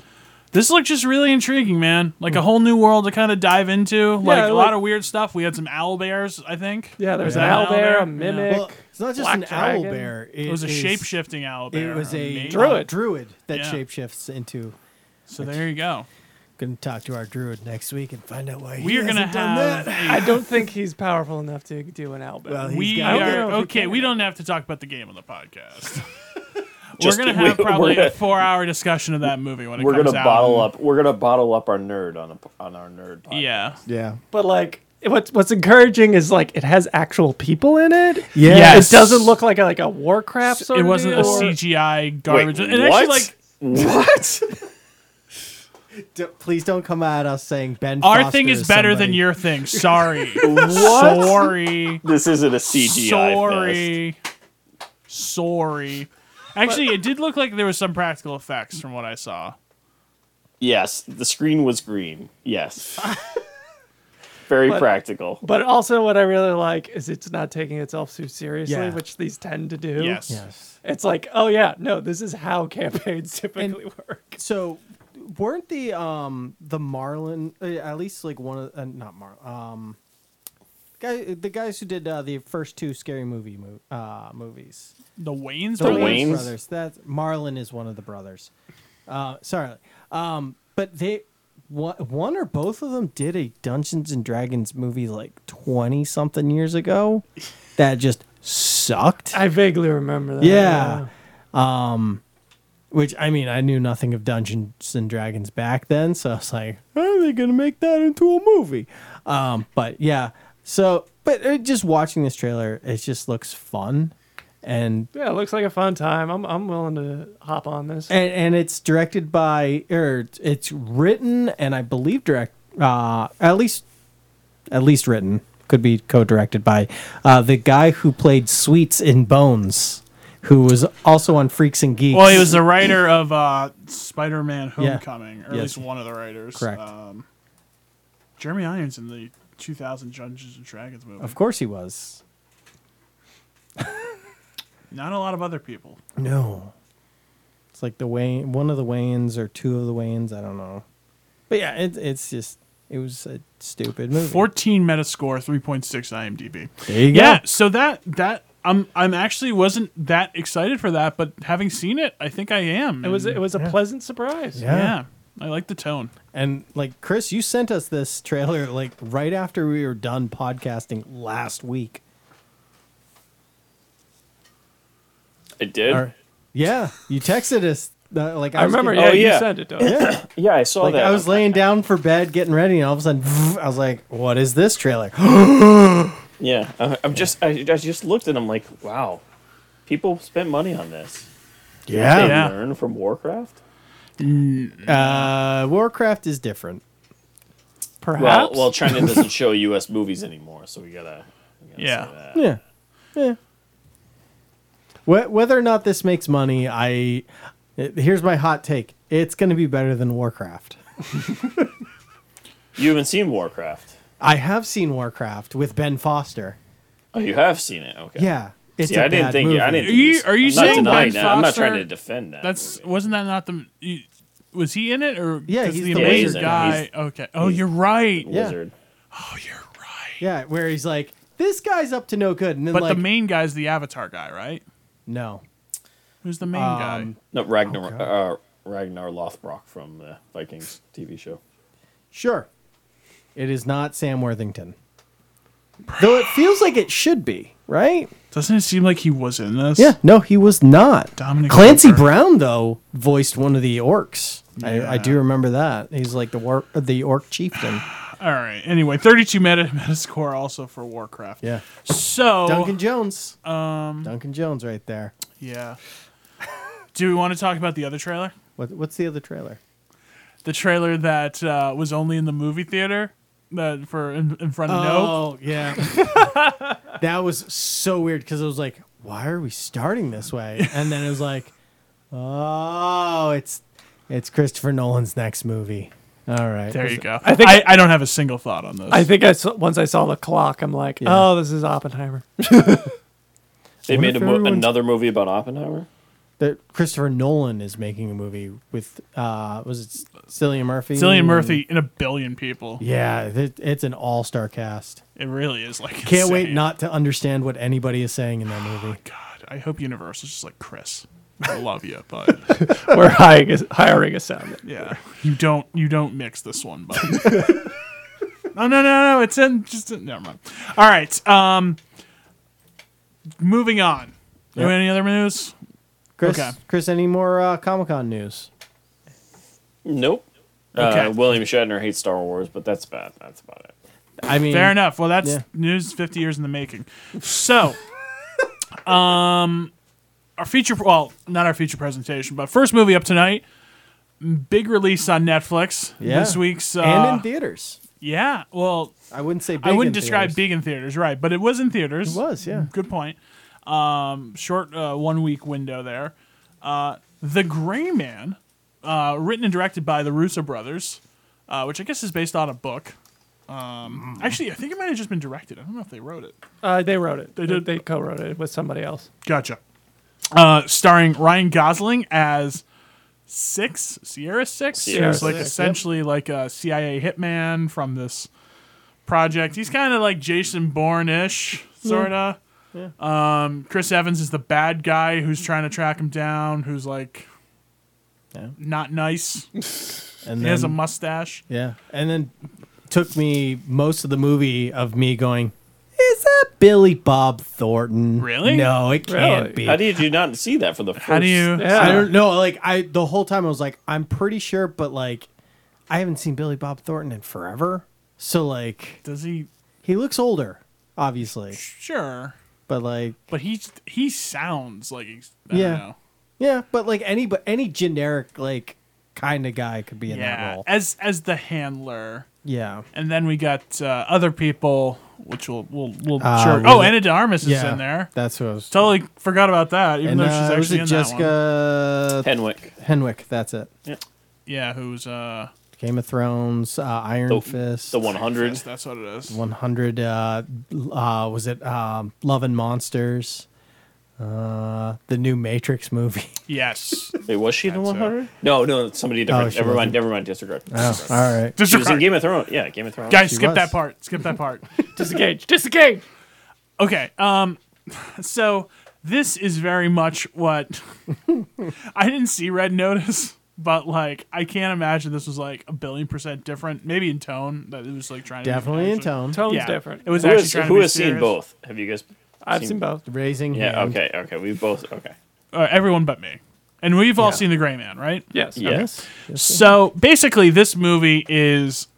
Speaker 8: This looks just really intriguing, man. Like a whole new world to kind of dive into. Like a lot
Speaker 7: like-
Speaker 8: of weird stuff. We had some owl bears, I think.
Speaker 7: Yeah, there's
Speaker 8: Was
Speaker 7: an
Speaker 8: that
Speaker 7: owlbear, a
Speaker 8: Yeah.
Speaker 7: mimic.
Speaker 6: Well, it's not just
Speaker 7: Black
Speaker 6: an
Speaker 7: dragon.
Speaker 6: owl bear.
Speaker 8: It was a
Speaker 6: is-
Speaker 8: shape shifting owl bear.
Speaker 6: It was a
Speaker 8: amazing.
Speaker 7: Druid.
Speaker 6: druid that
Speaker 8: Yeah.
Speaker 6: shapeshifts into.
Speaker 8: So there you go.
Speaker 6: Going to talk to our druid next week and find out why he
Speaker 8: We are gonna
Speaker 6: hasn't done
Speaker 8: have.
Speaker 6: that.
Speaker 8: a-
Speaker 7: I don't think he's powerful enough to do an owlbear.
Speaker 6: Well, he's
Speaker 8: we
Speaker 6: got- I
Speaker 7: don't
Speaker 8: are
Speaker 7: know if he
Speaker 8: okay.
Speaker 7: can.
Speaker 8: We don't have to talk about the game on the podcast.
Speaker 9: Just-
Speaker 8: we're gonna
Speaker 9: we-
Speaker 8: have probably
Speaker 9: we're gonna-
Speaker 8: a four-hour discussion of that movie when it
Speaker 9: We're
Speaker 8: comes
Speaker 9: gonna
Speaker 8: out.
Speaker 9: bottle up. We're gonna bottle up our nerd on a, on our nerd. Podcast.
Speaker 8: Yeah.
Speaker 6: Yeah.
Speaker 7: But like what's what's encouraging is like it has actual people in it.
Speaker 6: Yeah.
Speaker 8: Yes.
Speaker 7: It doesn't look like a, like a Warcraft sort
Speaker 8: it
Speaker 7: of
Speaker 8: wasn't a
Speaker 7: deal, or-
Speaker 8: CGI
Speaker 9: Wait,
Speaker 8: garbage.
Speaker 9: what?
Speaker 8: and actually, like
Speaker 9: what?
Speaker 6: D- please don't come at us saying Ben.
Speaker 8: our
Speaker 6: Foster
Speaker 8: thing is better
Speaker 6: somebody.
Speaker 8: than your thing. Sorry,
Speaker 9: What?
Speaker 8: sorry,
Speaker 9: This isn't a CGI. fest.
Speaker 8: sorry, sorry. Actually, it did look like there was some practical effects from what I saw.
Speaker 9: Yes, the screen was green. Yes. Very practical.
Speaker 7: But also, what I really like is it's not taking itself too seriously,
Speaker 6: Yeah.
Speaker 7: which these tend to do.
Speaker 8: Yes.
Speaker 6: Yes.
Speaker 7: It's like, oh yeah, no, this is how campaigns typically work.
Speaker 6: So, weren't the um the Marlin uh, at least like one of uh, not Marlin um guy the guys who did uh, the first two scary movie mo- uh, movies
Speaker 8: The Wayne's
Speaker 6: the
Speaker 8: brothers?
Speaker 9: Wayans?
Speaker 6: Wayans brothers. That Marlon is one of the brothers. Uh, sorry, um, but they one, one or both of them did a Dungeons and Dragons movie like twenty something years ago that just sucked.
Speaker 7: I vaguely remember that.
Speaker 6: yeah. Um, which I mean, I knew nothing of Dungeons and Dragons back then, so I was like, "How are they gonna make that into a movie?" Um, but yeah, so but uh, just watching this trailer, it just looks fun, and
Speaker 7: yeah, it looks like a fun time. I'm I'm willing to hop on this.
Speaker 6: and, and it's directed by or it's written and I believe direct uh, at least at least written could be co-directed by uh, the guy who played Sweets in Bones, who was also on Freaks and Geeks.
Speaker 8: Well, he was the writer of uh, Spider-Man:
Speaker 6: Yeah.
Speaker 8: Homecoming, or at
Speaker 6: Yes.
Speaker 8: least one of the writers.
Speaker 6: Correct.
Speaker 8: Um, Jeremy Irons in the 2000 Dungeons and Dragons movie.
Speaker 6: of course he was.
Speaker 8: Not a lot of other people.
Speaker 6: No, it's like the way one of the Wayans or two of the Wayans. I don't know, but yeah, it, it's just it was a stupid movie.
Speaker 8: 14 Metascore, 3.6 IMDb.
Speaker 6: there you go.
Speaker 8: Yeah. So that that I'm I'm actually wasn't that excited for that, but having seen it, I think I am.
Speaker 7: it was it
Speaker 8: And-
Speaker 7: was a pleasant surprise.
Speaker 6: Yeah.
Speaker 8: yeah. I like the tone.
Speaker 6: And like Chris, you sent us this trailer like right after we were done podcasting last week.
Speaker 9: It did.
Speaker 6: Or- yeah, you texted us uh, like
Speaker 7: I
Speaker 6: was
Speaker 7: remember.
Speaker 6: getting-
Speaker 7: Yeah,
Speaker 9: Oh,
Speaker 7: you
Speaker 9: yeah.
Speaker 7: sent it. Doug.
Speaker 6: yeah.
Speaker 9: Yeah, I saw
Speaker 6: Like
Speaker 9: that.
Speaker 6: I was laying down for bed, getting ready, and all of a sudden, I was like, "What is this trailer?"
Speaker 9: yeah, I- I'm just. I, I just looked and I'm like, wow, people spent money on this. They
Speaker 8: Oh, Yeah.
Speaker 9: learn from Warcraft.
Speaker 6: Uh, Warcraft is different.
Speaker 7: Perhaps.
Speaker 9: Well, well, China doesn't show U.S. movies anymore, so we gotta. We gotta
Speaker 8: Yeah.
Speaker 9: Say that.
Speaker 6: Yeah, yeah. Wh- Whether or not this makes money, I it- here's my hot take: it's going to be better than Warcraft.
Speaker 9: You haven't seen Warcraft.
Speaker 6: I have seen Warcraft with Ben Foster.
Speaker 9: Oh, you have seen it. Okay.
Speaker 6: Yeah, it's
Speaker 9: See,
Speaker 6: I
Speaker 9: I didn't think. I didn't.
Speaker 8: Are you-
Speaker 9: think it's-
Speaker 8: are you
Speaker 9: I'm not
Speaker 8: saying
Speaker 9: denying
Speaker 8: Ben
Speaker 9: that? I'm not
Speaker 8: Foster-
Speaker 9: trying to defend that.
Speaker 8: That's wasn't that not the you, was he in it or
Speaker 6: Yeah,
Speaker 8: 'cause
Speaker 6: he's
Speaker 8: the
Speaker 6: the
Speaker 8: amazing
Speaker 9: wizard.
Speaker 8: guy?
Speaker 9: He's-
Speaker 8: okay. Oh, you're right.
Speaker 6: Yeah.
Speaker 9: Wizard.
Speaker 8: Oh, you're right.
Speaker 6: Yeah, where he's like, this guy's up to no good, and then
Speaker 8: But
Speaker 6: like,
Speaker 8: the main guy's the Avatar guy, right?
Speaker 6: no,
Speaker 8: Who's the main guy?
Speaker 6: um,
Speaker 9: No, Ragnar uh, Ragnar Lothbrok from the Vikings TV show.
Speaker 6: sure, it is not Sam Worthington. Though it feels like it should be, right?
Speaker 8: Doesn't it seem like he was in this?
Speaker 6: Yeah, no, he was not.
Speaker 8: Dominic
Speaker 6: Clancy
Speaker 8: Cooper.
Speaker 6: Brown though voiced one of the orcs. I, I do
Speaker 8: Yeah.
Speaker 6: remember that. He's like the war, the orc chieftain.
Speaker 8: All right. Anyway, 32 meta metascore also for Warcraft.
Speaker 6: Yeah,
Speaker 8: So
Speaker 6: Duncan Jones. Um, Duncan Jones, right there.
Speaker 8: Yeah. Do we want to talk about the other trailer?
Speaker 6: What, what's the other trailer?
Speaker 8: The trailer that uh, was only in the movie theater that for in, in front of Nope.
Speaker 6: Oh yeah, that was so weird because it was like, why are we starting this way? And then it was like, oh, it's it's Christopher Nolan's next movie. All right,
Speaker 8: There you go. I
Speaker 7: I think-
Speaker 8: think I, I don't have a single thought on this.
Speaker 7: I think I saw, once I saw the clock, I'm like,
Speaker 6: Yeah.
Speaker 7: oh, this is Oppenheimer.
Speaker 9: They
Speaker 6: Wonder
Speaker 9: made a
Speaker 6: if
Speaker 9: mo-
Speaker 6: everyone's-
Speaker 9: another movie about Oppenheimer.
Speaker 6: That Christopher Nolan is making a movie with uh, was it Cillian Murphy?
Speaker 8: Cillian Murphy and a billion people.
Speaker 6: Yeah, it, it's an all-star cast.
Speaker 8: It really is like
Speaker 6: Can't wait
Speaker 8: insane. Oh,
Speaker 6: not to understand what anybody is saying in that movie.
Speaker 8: God, I hope Universal's just like Chris. I love you, but
Speaker 7: We're hiring a, hiring a sound.
Speaker 8: yeah, you don't you don't mix this one, but no, no, no, no, it's in just in, never mind. All right, um, moving on.
Speaker 6: Yep.
Speaker 8: Any other news?
Speaker 6: Chris,
Speaker 8: Okay.
Speaker 6: Chris, any more uh, Comic Con news?
Speaker 9: Nope.
Speaker 8: Okay.
Speaker 9: Uh, William Shatner hates Star Wars, but that's bad. That's about it.
Speaker 6: I mean,
Speaker 8: Fair enough. Well, that's
Speaker 6: Yeah.
Speaker 8: news 50 years in the making. So, um, our feature, well, not our feature presentation, but first movie up tonight. Big release on Netflix
Speaker 6: Yeah.
Speaker 8: this week's. Uh,
Speaker 6: and in theaters.
Speaker 8: yeah, well,
Speaker 6: I wouldn't say. Big
Speaker 8: I wouldn't
Speaker 6: in
Speaker 8: describe
Speaker 6: theaters.
Speaker 8: big in theaters, right? But it was in theaters.
Speaker 6: It was, yeah.
Speaker 8: Good point. Um, short uh, one week window there. Uh, the Gray Man, uh, written and directed by the Russo brothers, uh, which I guess is based on a book. Um, Actually, I think it might have just been directed. I don't know if they wrote it.
Speaker 7: Uh, they wrote it. They did. They co-wrote it with somebody else.
Speaker 8: Gotcha. Uh, starring Ryan Gosling as Six Sierra Six,
Speaker 9: Sierra
Speaker 8: who's like
Speaker 7: Six,
Speaker 8: essentially like a CIA hitman from this project. He's kind of like Jason Bourne ish, sort of. Um, Chris Evans is the bad guy who's trying to track him down, who's like
Speaker 6: Yeah.
Speaker 8: not nice.
Speaker 6: And
Speaker 8: He has a
Speaker 6: then-
Speaker 8: mustache.
Speaker 6: Yeah, and then took me most of the movie of me going, "Is that Billy Bob Thornton?"
Speaker 8: Really?
Speaker 6: No, it can't
Speaker 7: Really?
Speaker 6: be.
Speaker 9: How did you not see that for the first?
Speaker 8: How do you?
Speaker 7: Yeah.
Speaker 6: I don't know. Like I, the whole time I was like, I'm pretty sure, but like, I haven't seen Billy Bob Thornton in forever. So like,
Speaker 8: Does he?
Speaker 6: he looks older, obviously,
Speaker 8: Sure,
Speaker 6: but like,
Speaker 8: but he he sounds like he's. I
Speaker 6: Yeah.
Speaker 8: Don't know.
Speaker 6: yeah, but like any but any generic like kind of guy could be in that
Speaker 8: Yeah,
Speaker 6: role.
Speaker 8: as as the handler.
Speaker 6: Yeah.
Speaker 8: And then we got uh, other people, which we'll we'll, we'll
Speaker 6: Uh,
Speaker 8: sure.
Speaker 6: was
Speaker 8: Oh,
Speaker 6: it-
Speaker 8: Anna de Armas is
Speaker 6: yeah,
Speaker 8: in there.
Speaker 6: That's who I was.
Speaker 8: Totally forgot about that,
Speaker 6: and,
Speaker 8: even though
Speaker 6: uh,
Speaker 8: she's
Speaker 6: was
Speaker 8: actually
Speaker 6: it
Speaker 8: in that one.
Speaker 6: Jessica
Speaker 9: Henwick.
Speaker 6: Henwick. That's it.
Speaker 8: Yeah, who's uh,
Speaker 6: Game of Thrones, uh, Iron
Speaker 9: The,
Speaker 6: Fist,
Speaker 9: Oh, the 100.
Speaker 8: yes, that's what it is.
Speaker 6: 100 uh, uh was it um love and monsters uh the new matrix movie
Speaker 8: Yes,
Speaker 9: Wait, was she the
Speaker 8: That's, uh,
Speaker 9: 100? No, no, it's somebody different.
Speaker 6: she
Speaker 9: never mind,
Speaker 6: wasn't.
Speaker 9: never mind. Disregard.
Speaker 6: oh, all right
Speaker 8: Just
Speaker 9: She was in
Speaker 8: regard-
Speaker 9: Game of Thrones. Yeah, Game of Thrones.
Speaker 8: guys,
Speaker 6: She
Speaker 8: skip
Speaker 6: was.
Speaker 8: that part. Skip that part.
Speaker 7: Disengage. Disengage.
Speaker 8: Okay. Um, so this is very much what I didn't see Red Notice, but like I can't imagine this was like a billion percent different. Maybe in tone that it was like trying to
Speaker 6: definitely
Speaker 8: be
Speaker 6: in tone
Speaker 7: Tone's
Speaker 8: Yeah,
Speaker 7: different.
Speaker 8: It was
Speaker 9: Who
Speaker 8: actually
Speaker 9: has,
Speaker 8: trying
Speaker 9: who
Speaker 8: to be
Speaker 9: has seen
Speaker 8: serious.
Speaker 9: both? Have you guys?
Speaker 7: I've seen both.
Speaker 6: raising
Speaker 9: Yeah.
Speaker 6: hand.
Speaker 9: Okay. Okay. We both. Okay.
Speaker 8: Uh, everyone but me, and we've all seen The Gray Man, right?
Speaker 7: Yes.
Speaker 9: Yes.
Speaker 8: So basically, this movie is.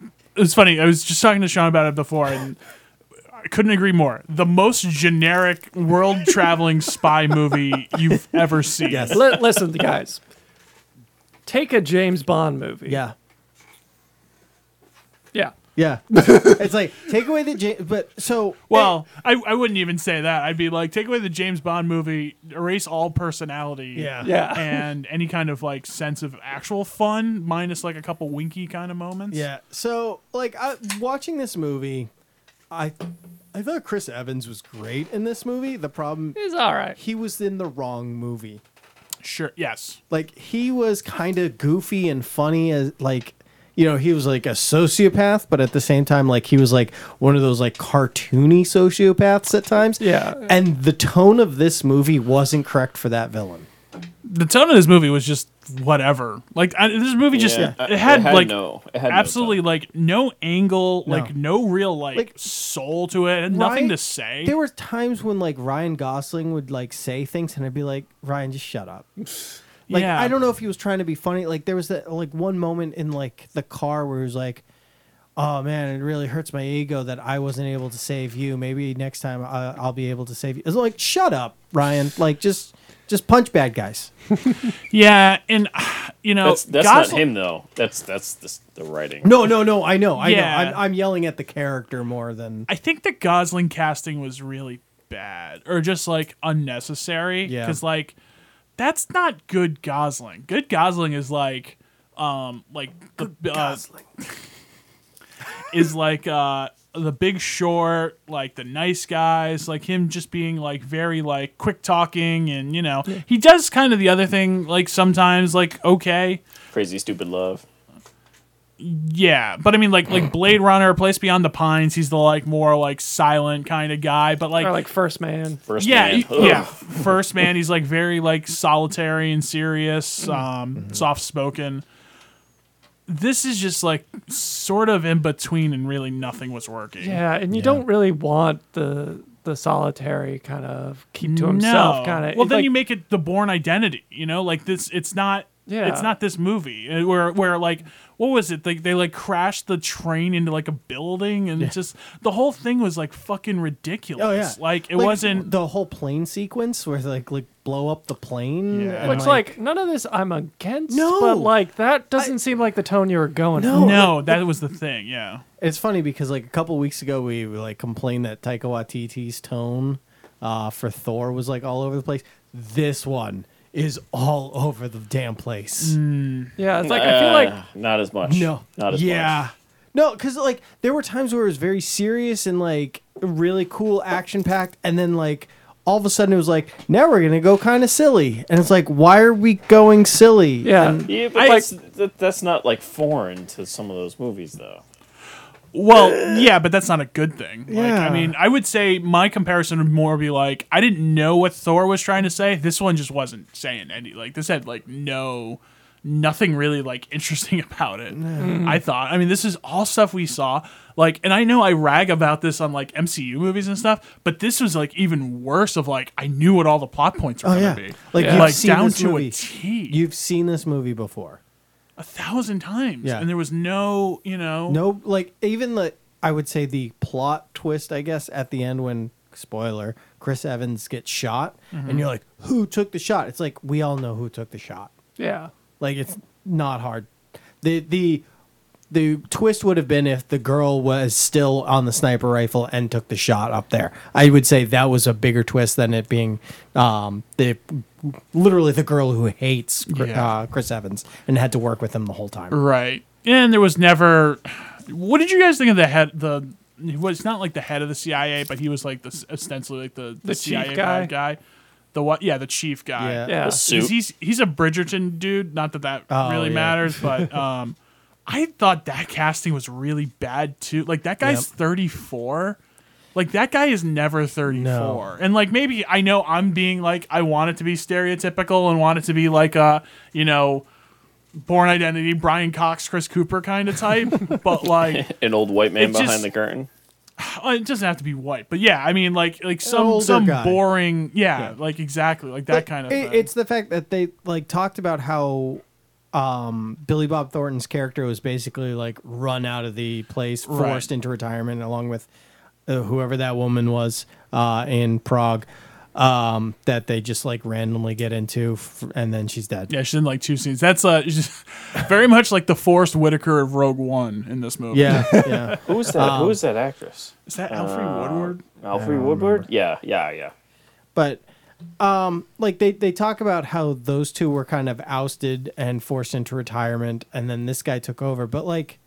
Speaker 8: It was funny. I was just talking to Sean about it before, and I couldn't agree more. The most generic world traveling spy movie you've ever seen. Yes.
Speaker 7: Li- listen, guys. Take a James Bond movie.
Speaker 6: yeah
Speaker 7: Yeah.
Speaker 6: yeah it's like take away the J- but so
Speaker 8: Well, I, I wouldn't even say that. I'd be like, take away the James Bond movie, erase all personality.
Speaker 6: yeah
Speaker 7: Yeah.
Speaker 8: And any kind of like sense of actual fun, minus like a couple winky kind of moments.
Speaker 6: yeah so like I, watching this movie i i thought chris evans was great in this movie the problem
Speaker 7: It's all right.
Speaker 6: he was in the wrong movie
Speaker 8: Sure. Yes.
Speaker 6: like he was kind of goofy and funny as like you know he was like a sociopath but at the same time like he was like one of those like cartoony sociopaths at times
Speaker 7: Yeah.
Speaker 6: and the tone of this movie wasn't correct for that villain
Speaker 8: The tone of this movie was just whatever. Like I, this movie just
Speaker 9: Yeah,
Speaker 8: it had, like
Speaker 9: no, it had no
Speaker 8: absolutely like no angle,
Speaker 6: No.
Speaker 8: like no real like,
Speaker 6: Like-
Speaker 8: soul to it, and nothing
Speaker 6: Ryan-
Speaker 8: to say.
Speaker 6: there were times when like ryan gosling would like say things and i'd be like ryan just shut up like
Speaker 8: Yeah.
Speaker 6: i don't know if he was trying to be funny like there was that like one moment in like the car where he was like oh man it really hurts my ego that i wasn't able to save you maybe next time I- i'll be able to save you it's like shut up ryan like just just punch bad guys
Speaker 8: yeah, and you know
Speaker 9: That's, that's
Speaker 8: Gosling-
Speaker 9: not him though. That's that's the, the writing.
Speaker 6: no no no i know i
Speaker 8: Yeah.
Speaker 6: know I'm, I'm yelling at the character more than
Speaker 8: I think the Gosling casting was really bad or just like unnecessary.
Speaker 6: Yeah.
Speaker 8: Because like that's not good Gosling. Good Gosling is like um like the uh, is like uh the big short, like the nice guys, like him just being like very like quick talking and you know he does kind of the other thing like sometimes like okay.
Speaker 9: Crazy stupid love.
Speaker 8: Yeah, but I mean, like like Blade Runner, Place Beyond the Pines. He's the like more like silent kind of guy, but like,
Speaker 7: Or like first man.
Speaker 9: First
Speaker 8: yeah,
Speaker 9: man.
Speaker 8: y-
Speaker 9: Ugh.
Speaker 8: yeah. First man, he's like very like solitary and serious, um, soft spoken. This is just like sort of in between, and really nothing was working.
Speaker 7: Yeah, and you don't really want the the solitary kind of keep to himself kind of.
Speaker 8: Well, then you make it the Born Identity. You know, like this. It's not.
Speaker 7: Yeah.
Speaker 8: It's not this movie uh, where where like what was it? Like they like crashed the train into like a building and it's just the whole thing was like fucking ridiculous.
Speaker 6: oh yeah
Speaker 8: Like it wasn't.
Speaker 6: the whole plane sequence where they like like blow up the plane
Speaker 8: Yeah.
Speaker 6: and,
Speaker 7: Which like, none of this I'm against,
Speaker 6: No.
Speaker 7: but like that doesn't seem like the tone you were going.
Speaker 6: No.
Speaker 7: for.
Speaker 8: no, that was the thing. Yeah.
Speaker 6: It's funny because like a couple weeks ago we like complained that Taika Waititi's tone uh, for Thor was like all over the place. This one is all over the damn place.
Speaker 7: Yeah, it's like I feel like
Speaker 9: Uh, not as much.
Speaker 6: No,
Speaker 9: not as
Speaker 6: yeah, no, because like there were times where it was very serious and like really cool, action packed, and then like all of a sudden it was like now we're gonna go kind of silly, and it's like why are we going silly?
Speaker 7: yeah,
Speaker 9: much. Yeah, but
Speaker 7: I-
Speaker 9: that's, that, that's not like foreign to some of those movies though.
Speaker 8: Well, yeah, but that's not a good thing. Like,
Speaker 6: Eh. Yeah.
Speaker 8: I mean, I would say my comparison would more be like, I didn't know what Thor was trying to say. This one just wasn't saying any. Like, this had like no, nothing really like interesting about it. I thought. I mean, this is all stuff we saw. Like, and I know I rag about this on like MCU movies and stuff, but this was like even worse. Of like, I knew what all the plot points were
Speaker 6: Oh
Speaker 8: gonna
Speaker 6: yeah,
Speaker 8: be.
Speaker 6: like
Speaker 7: Yeah.
Speaker 6: you've
Speaker 8: like
Speaker 6: seen
Speaker 8: down
Speaker 6: this
Speaker 8: to
Speaker 6: movie.
Speaker 8: a T,
Speaker 6: You've seen this movie before.
Speaker 8: a thousand times,
Speaker 6: Yeah.
Speaker 8: and there was no, you know,
Speaker 6: No, like even the I would say the plot twist, I guess, at the end when spoiler, Chris Evans gets shot and you're like, Who took the shot? It's like we all know who took the shot.
Speaker 7: yeah,
Speaker 6: Like it's not hard. The the the twist would have been if the girl was still on the sniper rifle and took the shot up there. I would say that was a bigger twist than it being um, the literally the girl who hates Chri-
Speaker 8: Yeah.
Speaker 6: uh, Chris Evans and had to work with him the whole time.
Speaker 8: Right. And there was never. What did you guys think of the head? The he was not like the head of the CIA, but he was like the s- ostensibly like the, the,
Speaker 7: The chief
Speaker 8: CIA
Speaker 7: guy?
Speaker 8: bad guy. The what? Yeah, the chief guy.
Speaker 6: Yeah.
Speaker 7: yeah.
Speaker 9: The
Speaker 8: 'Cause
Speaker 9: suit.
Speaker 8: He's he's a Bridgerton dude. Not that that
Speaker 6: Oh,
Speaker 8: really
Speaker 6: yeah.
Speaker 8: matters, but um, I thought that casting was really bad too. Like that guy's
Speaker 6: Yep.
Speaker 8: thirty four. Like that guy is never thirty four.
Speaker 6: No.
Speaker 8: And like maybe I know I'm being like I want it to be stereotypical and want it to be like a you know. Born Identity, Brian Cox, Chris Cooper kind of type, but like
Speaker 9: An old white man
Speaker 8: It
Speaker 9: behind
Speaker 8: just-
Speaker 9: the curtain.
Speaker 8: uh, it doesn't have to be white, but yeah, I mean like like some
Speaker 6: older
Speaker 8: some
Speaker 6: guy.
Speaker 8: boring, yeah, like exactly like that
Speaker 6: Like,
Speaker 8: kind of.
Speaker 6: it-
Speaker 8: thing.
Speaker 6: It's the fact that they like talked about how um, Billy Bob Thornton's character was basically like run out of the place, forced
Speaker 8: Right.
Speaker 6: into retirement, along with uh, whoever that woman was uh, in Prague. Um, that they just like randomly get into, f- and then she's dead.
Speaker 8: Yeah, she's in like two scenes. That's uh, very much like the Forrest Whitaker of Rogue One in this movie.
Speaker 6: yeah, yeah.
Speaker 9: Who's that? Who's that actress?
Speaker 8: Um, Is that Alfred
Speaker 9: Uh,
Speaker 8: Woodward?
Speaker 9: Alfrey Woodward? Um, Yeah, yeah, yeah.
Speaker 6: but um like they they talk about how those two were kind of ousted and forced into retirement and then this guy took over but like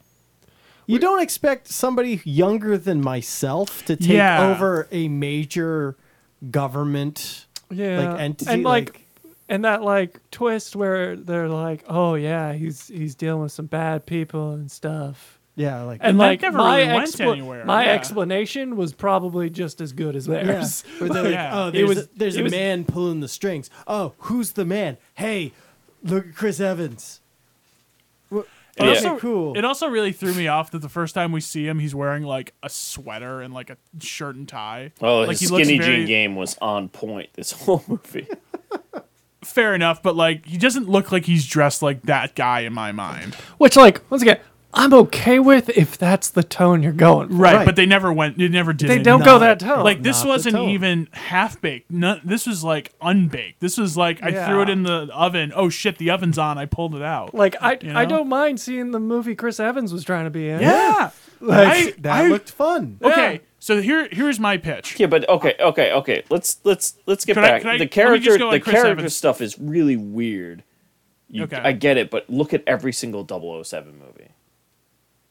Speaker 6: you don't expect somebody younger than myself to take
Speaker 8: Yeah.
Speaker 6: over a major government
Speaker 7: Yeah.
Speaker 6: like entity
Speaker 7: and like, and that like twist where they're like, "Oh yeah, he's he's dealing with some bad people and stuff."
Speaker 6: Yeah, like
Speaker 7: And
Speaker 8: that
Speaker 7: like
Speaker 8: never
Speaker 7: my
Speaker 8: really went
Speaker 7: expla-
Speaker 8: anywhere,
Speaker 7: my
Speaker 8: yeah.
Speaker 7: explanation was probably just as good as
Speaker 6: yeah.
Speaker 7: theirs.
Speaker 6: Where they're like,
Speaker 8: Yeah.
Speaker 6: oh,
Speaker 8: It
Speaker 6: there's
Speaker 7: was-
Speaker 6: a, there's
Speaker 7: it
Speaker 6: a
Speaker 7: was-
Speaker 6: man pulling the strings. Oh, who's the man? Hey, look at Chris Evans. Wha-
Speaker 8: It
Speaker 6: okay,
Speaker 8: also-
Speaker 6: cool.
Speaker 8: It also really threw me off that the first time we see him, he's wearing like a sweater and like a shirt and tie.
Speaker 9: Oh,
Speaker 8: like
Speaker 9: his
Speaker 8: he looks
Speaker 9: skinny
Speaker 8: very-
Speaker 9: jean game was on point this whole movie.
Speaker 8: Fair enough, but like he doesn't look like he's dressed like that guy in my mind.
Speaker 7: Which like once again, I'm okay with if that's the tone you're going. for.
Speaker 8: Right,
Speaker 6: Right.
Speaker 8: but they never went. They never did.
Speaker 7: They
Speaker 8: it.
Speaker 7: don't
Speaker 6: No.
Speaker 7: go that tone.
Speaker 8: like this
Speaker 6: Not the
Speaker 8: wasn't
Speaker 6: tone.
Speaker 8: even half baked. No, this was like unbaked. This was like I threw
Speaker 7: Yeah.
Speaker 8: it in the oven. Oh shit, the oven's on. I pulled it out.
Speaker 7: Like I,
Speaker 8: You
Speaker 7: I
Speaker 8: know?
Speaker 7: don't mind seeing the movie Chris Evans was trying to be in.
Speaker 8: yeah,
Speaker 6: Like,
Speaker 8: I-
Speaker 6: that
Speaker 8: I-
Speaker 6: looked fun.
Speaker 8: okay. So here, here's my pitch.
Speaker 9: yeah, but okay, okay, okay. Let's let's let's get
Speaker 8: Could I-
Speaker 9: back.
Speaker 8: could I-
Speaker 9: the
Speaker 8: let me just
Speaker 9: character
Speaker 8: go on
Speaker 9: the
Speaker 8: Chris
Speaker 9: character
Speaker 8: Evans.
Speaker 9: stuff is really weird. You,
Speaker 8: Okay.
Speaker 9: I get it, but look at every single 007 movie.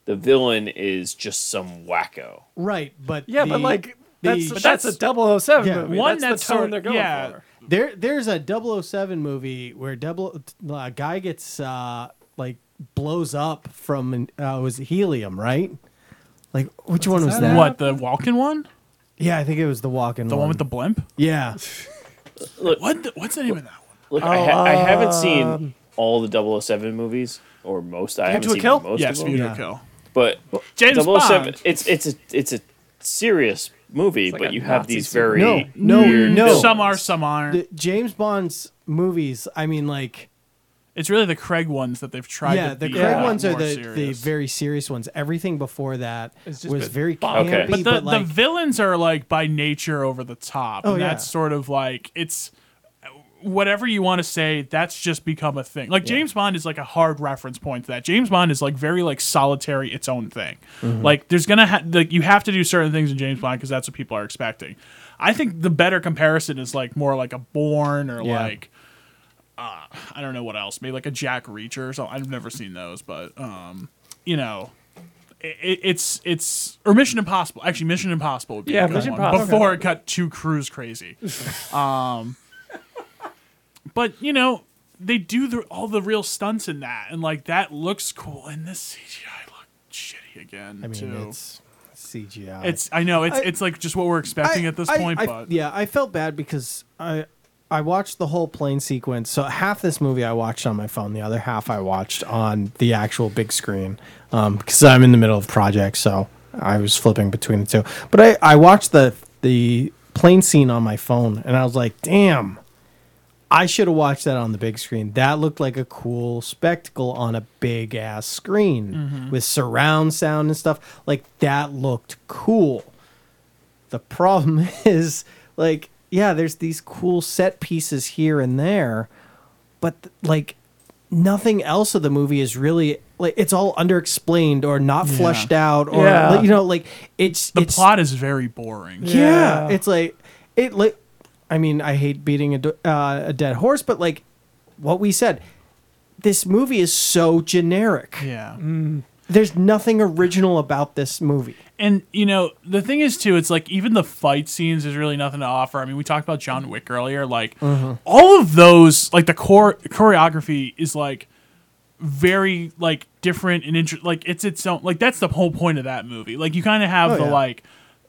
Speaker 9: The villain is just some wacko.
Speaker 6: Right, but
Speaker 7: yeah,
Speaker 6: the-
Speaker 7: but like
Speaker 6: the-
Speaker 7: that's
Speaker 6: but
Speaker 7: that's,
Speaker 8: that's-
Speaker 7: a 007
Speaker 6: yeah.
Speaker 7: movie.
Speaker 8: One
Speaker 7: that's,
Speaker 8: that's
Speaker 7: the tone
Speaker 8: sort-
Speaker 7: they're going
Speaker 8: yeah.
Speaker 7: for.
Speaker 6: There, there's a 007 movie where double a guy gets uh, like blows up from uh, it was helium, right? Like which one was
Speaker 7: that
Speaker 6: that?
Speaker 7: Yeah.
Speaker 8: What the Walken one?
Speaker 6: Yeah, I think it was the walking.
Speaker 8: The one with the blimp?
Speaker 6: yeah.
Speaker 9: Look,
Speaker 8: What? The, what's the name of that one?
Speaker 9: look I, ha- I haven't seen all the 007 movies or most. I haven't
Speaker 7: to a
Speaker 9: seen
Speaker 7: Kill?
Speaker 9: most
Speaker 8: yes,
Speaker 9: of
Speaker 8: View
Speaker 9: them.
Speaker 8: to
Speaker 6: Yeah.
Speaker 8: a Kill.
Speaker 9: But
Speaker 8: James
Speaker 9: 007
Speaker 8: Bond.
Speaker 9: it's it's a it's a serious movie,
Speaker 7: like
Speaker 9: but
Speaker 7: a
Speaker 9: you have
Speaker 7: Nazi
Speaker 9: these
Speaker 7: serial-
Speaker 9: very
Speaker 6: No, no,
Speaker 9: weird
Speaker 6: no.
Speaker 9: villains.
Speaker 8: Some are, some aren't.
Speaker 6: Oh. The James Bond's movies. I mean, like
Speaker 8: it's really the Craig ones that they've tried.
Speaker 6: yeah,
Speaker 8: to
Speaker 6: the
Speaker 8: be
Speaker 6: Craig
Speaker 8: a lot
Speaker 6: ones are
Speaker 8: more
Speaker 6: the, the
Speaker 8: serious.
Speaker 6: very serious ones. Everything before that
Speaker 7: It's
Speaker 6: was
Speaker 7: just been
Speaker 6: very
Speaker 7: bonkers.
Speaker 6: campy,
Speaker 9: Okay.
Speaker 8: But the,
Speaker 6: but like
Speaker 8: the villains are like by nature over the top.
Speaker 6: Oh,
Speaker 8: and
Speaker 6: yeah.
Speaker 8: that's sort of like it's whatever you want to say, that's just become a thing. Like James Bond is like a hard reference point to that. James Bond is like very like solitary its own thing.
Speaker 6: Mm-hmm.
Speaker 8: Like there's going to ha- like you have to do certain things in James Bond cuz that's what people are expecting. I think the better comparison is like more like a Bourne or
Speaker 6: Yeah.
Speaker 8: like uh, I don't know what else. Maybe like a Jack Reacher or something. I've never seen those, but um you know, it, it's it's or Mission Impossible. Actually, Mission Impossible would be
Speaker 7: Yeah,
Speaker 8: a good
Speaker 7: Mission
Speaker 8: one,
Speaker 7: Impossible.
Speaker 8: before it got too cruise crazy. um, but you know they do the, all the real stunts in that, and like that looks cool. And this CGI looked shitty again
Speaker 6: I mean,
Speaker 8: too. It's,
Speaker 6: it's CGI.
Speaker 8: I know it's
Speaker 6: I-
Speaker 8: it's like just what we're expecting
Speaker 6: I-
Speaker 8: at this
Speaker 6: I-
Speaker 8: point,
Speaker 6: I-
Speaker 8: but
Speaker 6: yeah, I felt bad because I I watched the whole plane sequence. So half this movie I watched on my phone, the other half I watched on the actual big screen because I'm in the middle of projects, so I was flipping between the two. But I I watched the the plane scene on my phone, and I was like, damn. I should have watched that on the big screen. That looked like a cool spectacle on a big ass screen
Speaker 8: Mm-hmm.
Speaker 6: with surround sound and stuff. Like that looked cool. The problem is, like, yeah, there's these cool set pieces here and there, but like nothing else of the movie is really like it's all underexplained or not flushed out or
Speaker 7: Yeah.
Speaker 6: like, you know like it's
Speaker 8: the
Speaker 6: it's,
Speaker 8: plot is very boring.
Speaker 6: yeah.
Speaker 7: Yeah.
Speaker 6: It's like it like I mean, I hate beating a, d- uh, a dead horse, but like what we said, this movie is so generic.
Speaker 8: Yeah.
Speaker 6: There's nothing original about this movie.
Speaker 8: And you know, the thing is too, it's like even the fight scenes there's really nothing to offer. I mean, we talked about John Wick earlier, like all of those like the core choreography is like very like different and inter- like it's its own like that's the whole point of that movie. Like you kind of have
Speaker 6: Oh,
Speaker 8: the
Speaker 6: yeah.
Speaker 8: like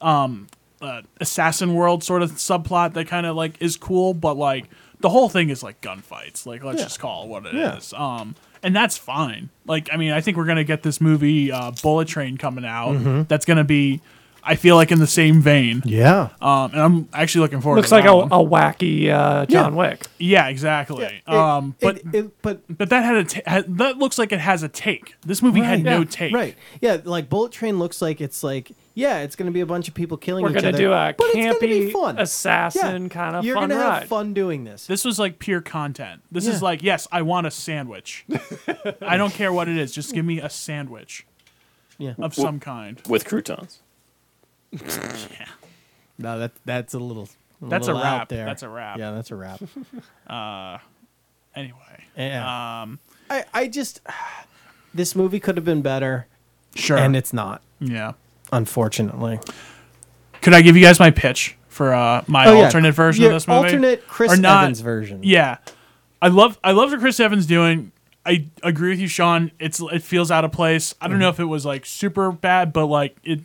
Speaker 8: um uh, assassin world sort of subplot that kind of like is cool, but like the whole thing is like gunfights. Like let's just call it what it is.
Speaker 6: Yeah.
Speaker 8: Um and that's fine. Like I mean, I think we're going to get this movie uh Bullet Train coming out. That's going to be I feel like in the same vein.
Speaker 6: Mm-hmm. Yeah.
Speaker 8: Um and I'm actually looking forward
Speaker 7: Looks
Speaker 8: to
Speaker 7: like a,
Speaker 8: that one.
Speaker 7: a wacky uh, John Wick.
Speaker 8: Yeah, exactly. um but
Speaker 6: it, it- but
Speaker 8: but that had a t- had, that looks like it has a take. This movie had
Speaker 6: Right.
Speaker 8: no
Speaker 6: Yeah.
Speaker 8: take.
Speaker 6: Right. Yeah, like Bullet Train looks like it's like yeah, it's going to be a bunch of people killing
Speaker 7: We're
Speaker 6: each
Speaker 7: gonna
Speaker 6: other.
Speaker 7: do a
Speaker 6: but it's gonna be
Speaker 7: campy
Speaker 6: fun.
Speaker 7: assassin kinda
Speaker 6: You're
Speaker 7: fun
Speaker 6: gonna
Speaker 7: ride.
Speaker 6: have fun doing this.
Speaker 8: This was like pure content. This
Speaker 6: Yeah.
Speaker 8: is like, yes, I want a sandwich. I don't care what it is. Just give me a sandwich
Speaker 6: Yeah.
Speaker 8: of some kind.
Speaker 9: with croutons.
Speaker 6: No, that that's a little a
Speaker 8: That's a
Speaker 6: little
Speaker 8: wrap.
Speaker 6: out there.
Speaker 8: That's a wrap.
Speaker 6: Yeah, that's a wrap.
Speaker 8: Anyway,
Speaker 6: Yeah.
Speaker 7: Um,
Speaker 6: I, I just this movie could have been better,
Speaker 8: sure.
Speaker 6: and it's not,
Speaker 8: yeah.
Speaker 6: unfortunately.
Speaker 8: Could I give you guys my pitch for uh, my alternate version
Speaker 6: Oh, Your
Speaker 8: of this movie?
Speaker 6: alternate Chris
Speaker 8: Or not-
Speaker 6: Evans version.
Speaker 8: Yeah. I love I love what Chris Evans doing. I agree with you, Sean. It's it feels out of place. I
Speaker 6: Mm-hmm.
Speaker 8: don't know if it was like super bad, but like it,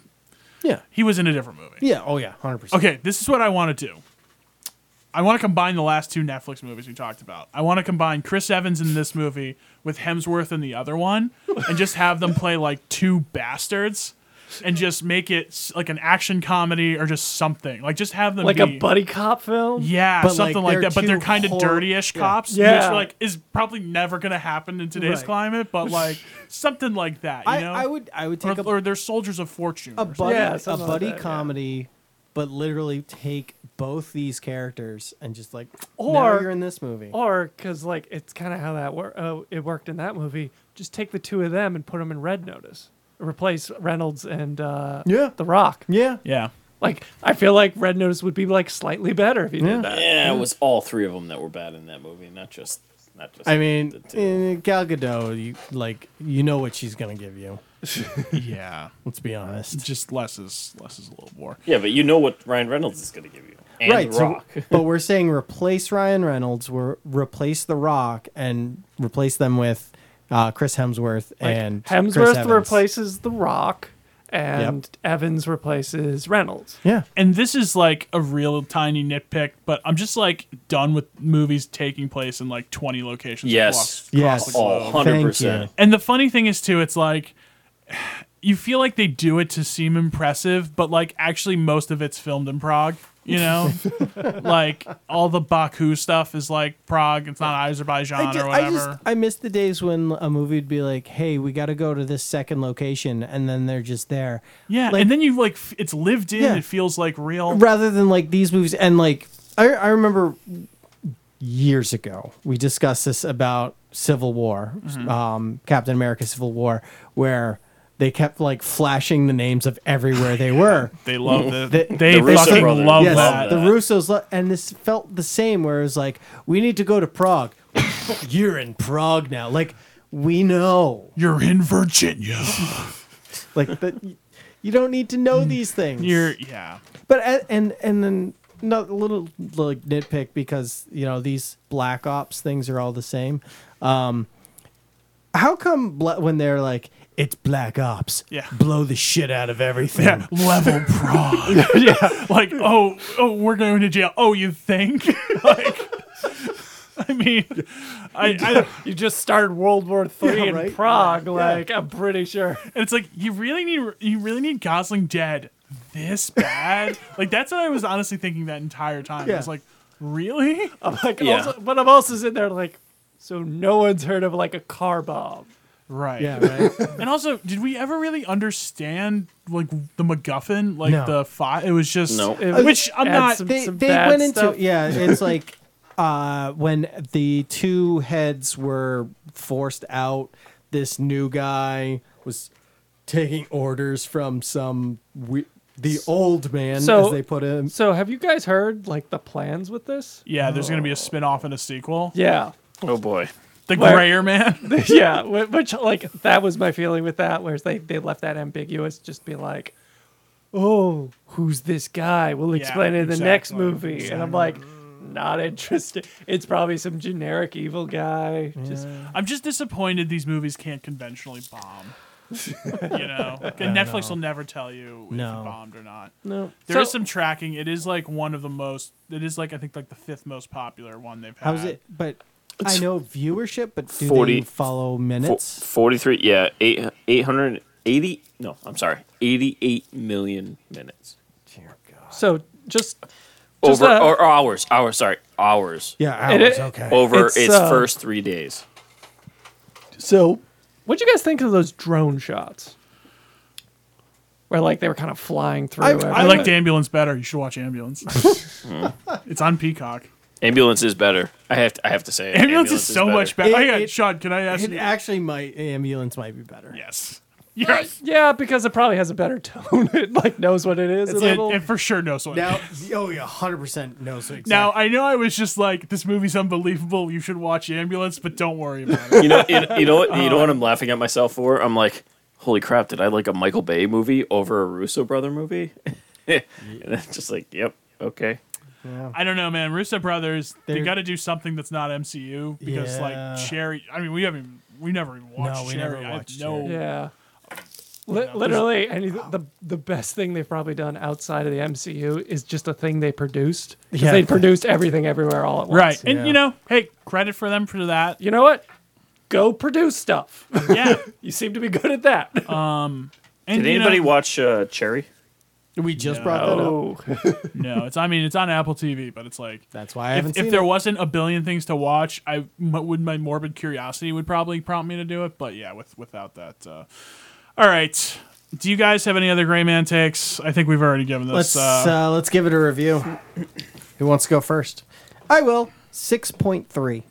Speaker 6: Yeah.
Speaker 8: he was in a different movie.
Speaker 6: Yeah. Oh yeah. Hundred percent.
Speaker 8: Okay, this is what I want to do. I want to combine the last two Netflix movies we talked about. I want to combine Chris Evans in this movie with Hemsworth in the other one and just have them play like two bastards and just make it s- like an action comedy or just something. Like just have them
Speaker 7: like
Speaker 8: be,
Speaker 7: a buddy cop film.
Speaker 8: yeah,
Speaker 6: But,
Speaker 8: something
Speaker 6: like,
Speaker 8: like,
Speaker 6: they're
Speaker 8: that. But they're
Speaker 6: two
Speaker 8: kind of
Speaker 6: hor-
Speaker 8: dirty-ish
Speaker 6: yeah.
Speaker 8: cops,
Speaker 7: Yeah.
Speaker 8: which like is probably never going to happen in today's
Speaker 6: Right.
Speaker 8: climate. But like something like that, you
Speaker 6: I,
Speaker 8: know?
Speaker 6: I would I would
Speaker 8: Or,
Speaker 6: take a,
Speaker 8: or they're soldiers of fortune.
Speaker 6: a
Speaker 8: or something.
Speaker 6: buddy
Speaker 7: Yeah,
Speaker 6: a
Speaker 7: something like
Speaker 6: buddy
Speaker 7: that, yeah.
Speaker 6: comedy, but literally take both these characters and just like or
Speaker 7: Or-
Speaker 6: you're in this movie.
Speaker 7: Or because like it's kind of how that worked. Uh, it worked in that movie. Just take the two of them and put them in Red Notice. Replace Reynolds and uh,
Speaker 6: Yeah.
Speaker 7: The Rock.
Speaker 6: yeah.
Speaker 8: yeah.
Speaker 7: Like I feel like Red Notice would be like slightly better if you
Speaker 6: Yeah.
Speaker 7: did that.
Speaker 9: Yeah, it was all three of them that were bad in that movie, not just not just.
Speaker 6: I mean,
Speaker 9: the two.
Speaker 6: eh, Gal Gadot, you like you know what she's gonna give you.
Speaker 8: Yeah.
Speaker 6: Let's be honest.
Speaker 8: Just less is less is a little more.
Speaker 9: yeah, but you know what Ryan Reynolds is going to give you, and
Speaker 6: right.
Speaker 9: The Rock.
Speaker 6: So, but we're saying replace Ryan Reynolds, we're, replace The Rock, and replace them with uh, Chris Hemsworth
Speaker 7: Like,
Speaker 6: and Chris
Speaker 7: Hemsworth
Speaker 6: Evans.
Speaker 7: replaces The Rock, and Evans replaces Reynolds.
Speaker 6: Yeah.
Speaker 8: And this is like a real tiny nitpick, but I'm just like done with movies taking place in like 20 locations.
Speaker 9: Yes.
Speaker 8: across- across
Speaker 6: Yes.
Speaker 8: the globe.
Speaker 9: Oh, 100%.
Speaker 6: Thank
Speaker 8: And the funny thing is too, it's like you feel like they do it to seem impressive, but like actually most of it's filmed in Prague. You know, like all the Baku stuff is like Prague. It's not Azerbaijan
Speaker 6: I ju-
Speaker 8: or
Speaker 6: I
Speaker 8: whatever.
Speaker 6: just I miss the days when a movie would be like, "Hey, we got to go to this second location," and then they're just there.
Speaker 8: yeah,
Speaker 6: like-
Speaker 8: and then you like f- it's lived in.
Speaker 6: Yeah.
Speaker 8: It feels like real.
Speaker 6: Rather than like these movies, and like I, I remember years ago we discussed this about Civil War,
Speaker 9: Mm-hmm.
Speaker 6: um, Captain America: Civil War, where they kept like flashing the names of everywhere they were.
Speaker 8: They love the,
Speaker 6: The-
Speaker 8: they
Speaker 9: The Russo
Speaker 8: fucking
Speaker 9: brothers
Speaker 8: love
Speaker 9: love
Speaker 6: yes,
Speaker 8: that.
Speaker 6: the Russos, lo- and this felt the same. Where it was like, we need to go to Prague. You're in Prague now. Like we know.
Speaker 8: You're in Virginia.
Speaker 6: like that y- you don't need to
Speaker 9: Mm.
Speaker 6: know these things
Speaker 8: You're yeah.
Speaker 6: but a- and and then not a little like nitpick because you know these black ops things are all the same um how come bla- when they're like it's black ops
Speaker 8: Yeah.
Speaker 6: blow the shit out of everything
Speaker 8: level Prague. yeah, like oh, oh, we're going to jail. Oh, you think? like, I mean, I, I
Speaker 7: You just started World War Three
Speaker 6: Yeah,
Speaker 7: in
Speaker 6: right?
Speaker 7: Prague. Like I'm pretty sure.
Speaker 8: it's like you really need you really need Gosling dead this bad. like that's what I was honestly thinking that entire time. I
Speaker 6: Yeah.
Speaker 8: was like, really?
Speaker 7: I'm like,
Speaker 9: Yeah.
Speaker 7: also, but I'm also sitting there like, so no one's heard of like a car bomb.
Speaker 8: Right.
Speaker 6: yeah right
Speaker 8: And also, did we ever really understand like the MacGuffin, like
Speaker 6: No.
Speaker 8: the fight? It was just
Speaker 9: No.
Speaker 7: It
Speaker 8: Which I'm
Speaker 7: adds
Speaker 8: not-
Speaker 7: Uh, some-
Speaker 6: they,
Speaker 7: some
Speaker 6: they
Speaker 7: bad
Speaker 6: went
Speaker 7: stuff.
Speaker 6: into yeah it's like uh when the two heads were forced out this new guy was taking orders from some we- the old man
Speaker 7: So-
Speaker 6: as they put him
Speaker 7: So have you guys heard like the plans with this?
Speaker 8: Yeah, there's gonna be a spin-off and a sequel.
Speaker 7: Yeah.
Speaker 9: Oh boy,
Speaker 8: The
Speaker 7: Where-
Speaker 8: Grayer Man.
Speaker 7: yeah, wh- which like that was my feeling with that, whereas they they left that ambiguous, just be like, oh, who's this guy? We'll explain it in the next
Speaker 8: exactly,
Speaker 7: movie, and I'm like, not interested. It's probably some generic evil guy. Just
Speaker 8: I'm just disappointed these movies can't conventionally bomb. you know, and Netflix will never tell you if
Speaker 6: No.
Speaker 8: it bombed or not.
Speaker 7: no.
Speaker 8: There is some tracking. It is like one of the most. It is like I think like the fifth most popular one they've had.
Speaker 6: how's it but i know viewership but do
Speaker 9: 40
Speaker 6: they follow minutes
Speaker 9: forty-three. Yeah, eight eight hundred eighty. No, I'm sorry, eighty-eight million minutes.
Speaker 7: So just Just,
Speaker 9: Over
Speaker 7: uh,
Speaker 9: or hours, hours. Sorry, hours.
Speaker 6: yeah
Speaker 7: It
Speaker 6: hours,
Speaker 7: i-
Speaker 6: okay
Speaker 9: Over
Speaker 7: It's,
Speaker 9: its,
Speaker 7: uh,
Speaker 9: first three days.
Speaker 7: so, what'd you guys think of those drone shots? Where like they were kind of flying through.
Speaker 6: I
Speaker 8: I
Speaker 7: everything.
Speaker 8: liked ambulance better. You should watch ambulance. it's on Peacock.
Speaker 9: Ambulance is better. I have to, I have to say, it.
Speaker 8: Ambulance, is so much better.
Speaker 6: It-
Speaker 8: oh, yeah,
Speaker 6: it-
Speaker 8: Sean, can I ask
Speaker 6: it
Speaker 8: you?
Speaker 6: actually might ambulance might be better
Speaker 8: yes. Yes.
Speaker 7: Yeah, because it probably has a better tone. it like knows what it is. a
Speaker 8: It,
Speaker 7: little.
Speaker 8: it for sure knows what.
Speaker 6: now oh yeah 100% knows exactly
Speaker 8: Now I know I was just like, this movie's unbelievable. You should watch ambulance, but don't worry about it.
Speaker 9: You know, you know, you know what? You know what? I'm laughing at myself for. I'm like, holy crap! Did I like a Michael Bay movie over a Russo brother movie? and I'm just like, yep, okay.
Speaker 6: Yeah.
Speaker 8: I don't know, man. Russo Brothers, they
Speaker 6: They're-
Speaker 8: got to do something that's not MCU because,
Speaker 6: Yeah.
Speaker 8: like, Cherry. I mean, we haven't, we never even watched
Speaker 6: No, we
Speaker 8: Cherry.
Speaker 6: never
Speaker 8: I have
Speaker 6: watched
Speaker 8: no,
Speaker 7: Yeah. Li- literally, any the the best thing they've probably done outside of the MCU is just a thing they produced.
Speaker 6: Yeah.
Speaker 7: Yeah, they produced everything everywhere all at once.
Speaker 8: right. And
Speaker 6: Yeah.
Speaker 8: you know, hey, credit for them for that.
Speaker 7: You know what? Go produce stuff.
Speaker 8: Yeah.
Speaker 7: you seem to be good at that.
Speaker 8: And,
Speaker 9: Did
Speaker 8: you know-
Speaker 9: anybody watch uh, Cherry?
Speaker 6: We just brought that up.
Speaker 7: oh,
Speaker 8: No, it's. I mean, it's on Apple TV, but it's like
Speaker 6: That's why I haven't
Speaker 8: if,
Speaker 6: seen
Speaker 8: if there
Speaker 6: it.
Speaker 8: wasn't a billion things to watch, I m- would my morbid curiosity would probably prompt me to do it. But yeah, with without that. Uh... All right. Do you guys have any other Gray Man takes? I think we've already given
Speaker 6: Let's
Speaker 8: this. uh,
Speaker 6: uh, let's give it a review. Who wants to go first? I will. Six point three.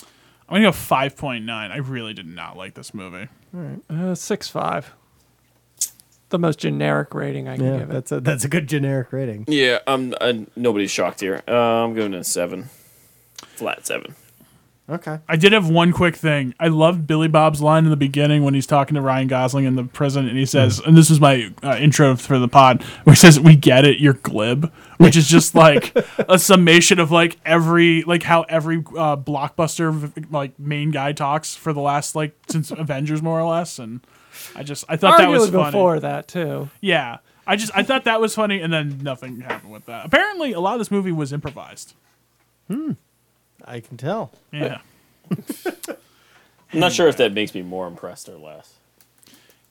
Speaker 8: I'm gonna go five point nine. I really did not like this movie.
Speaker 7: uh, six five. The most generic rating I can
Speaker 6: Yeah,
Speaker 7: give it.
Speaker 6: that's a that's a good generic rating.
Speaker 9: Yeah, um, I'm. I, Uh, nobody's shocked here. Uh, I'm going to seven, flat seven.
Speaker 6: Okay.
Speaker 8: I did have one quick thing. I love Billy Bob's line in the beginning when he's talking to Ryan Gosling in the prison, and he says, and this is my uh, intro for the pod, where he says, "We get it, you're glib," which is just like a summation of like every like how every uh, blockbuster v- like main guy talks for the last like since Avengers more or less, and I just I thought that was
Speaker 7: Arguably
Speaker 8: funny.
Speaker 7: before that too.
Speaker 8: Yeah, I just I thought that was funny, and then nothing happened with that. Apparently, a lot of this movie was improvised.
Speaker 6: I can tell.
Speaker 8: Yeah.
Speaker 9: I'm not sure if that makes me more impressed or less.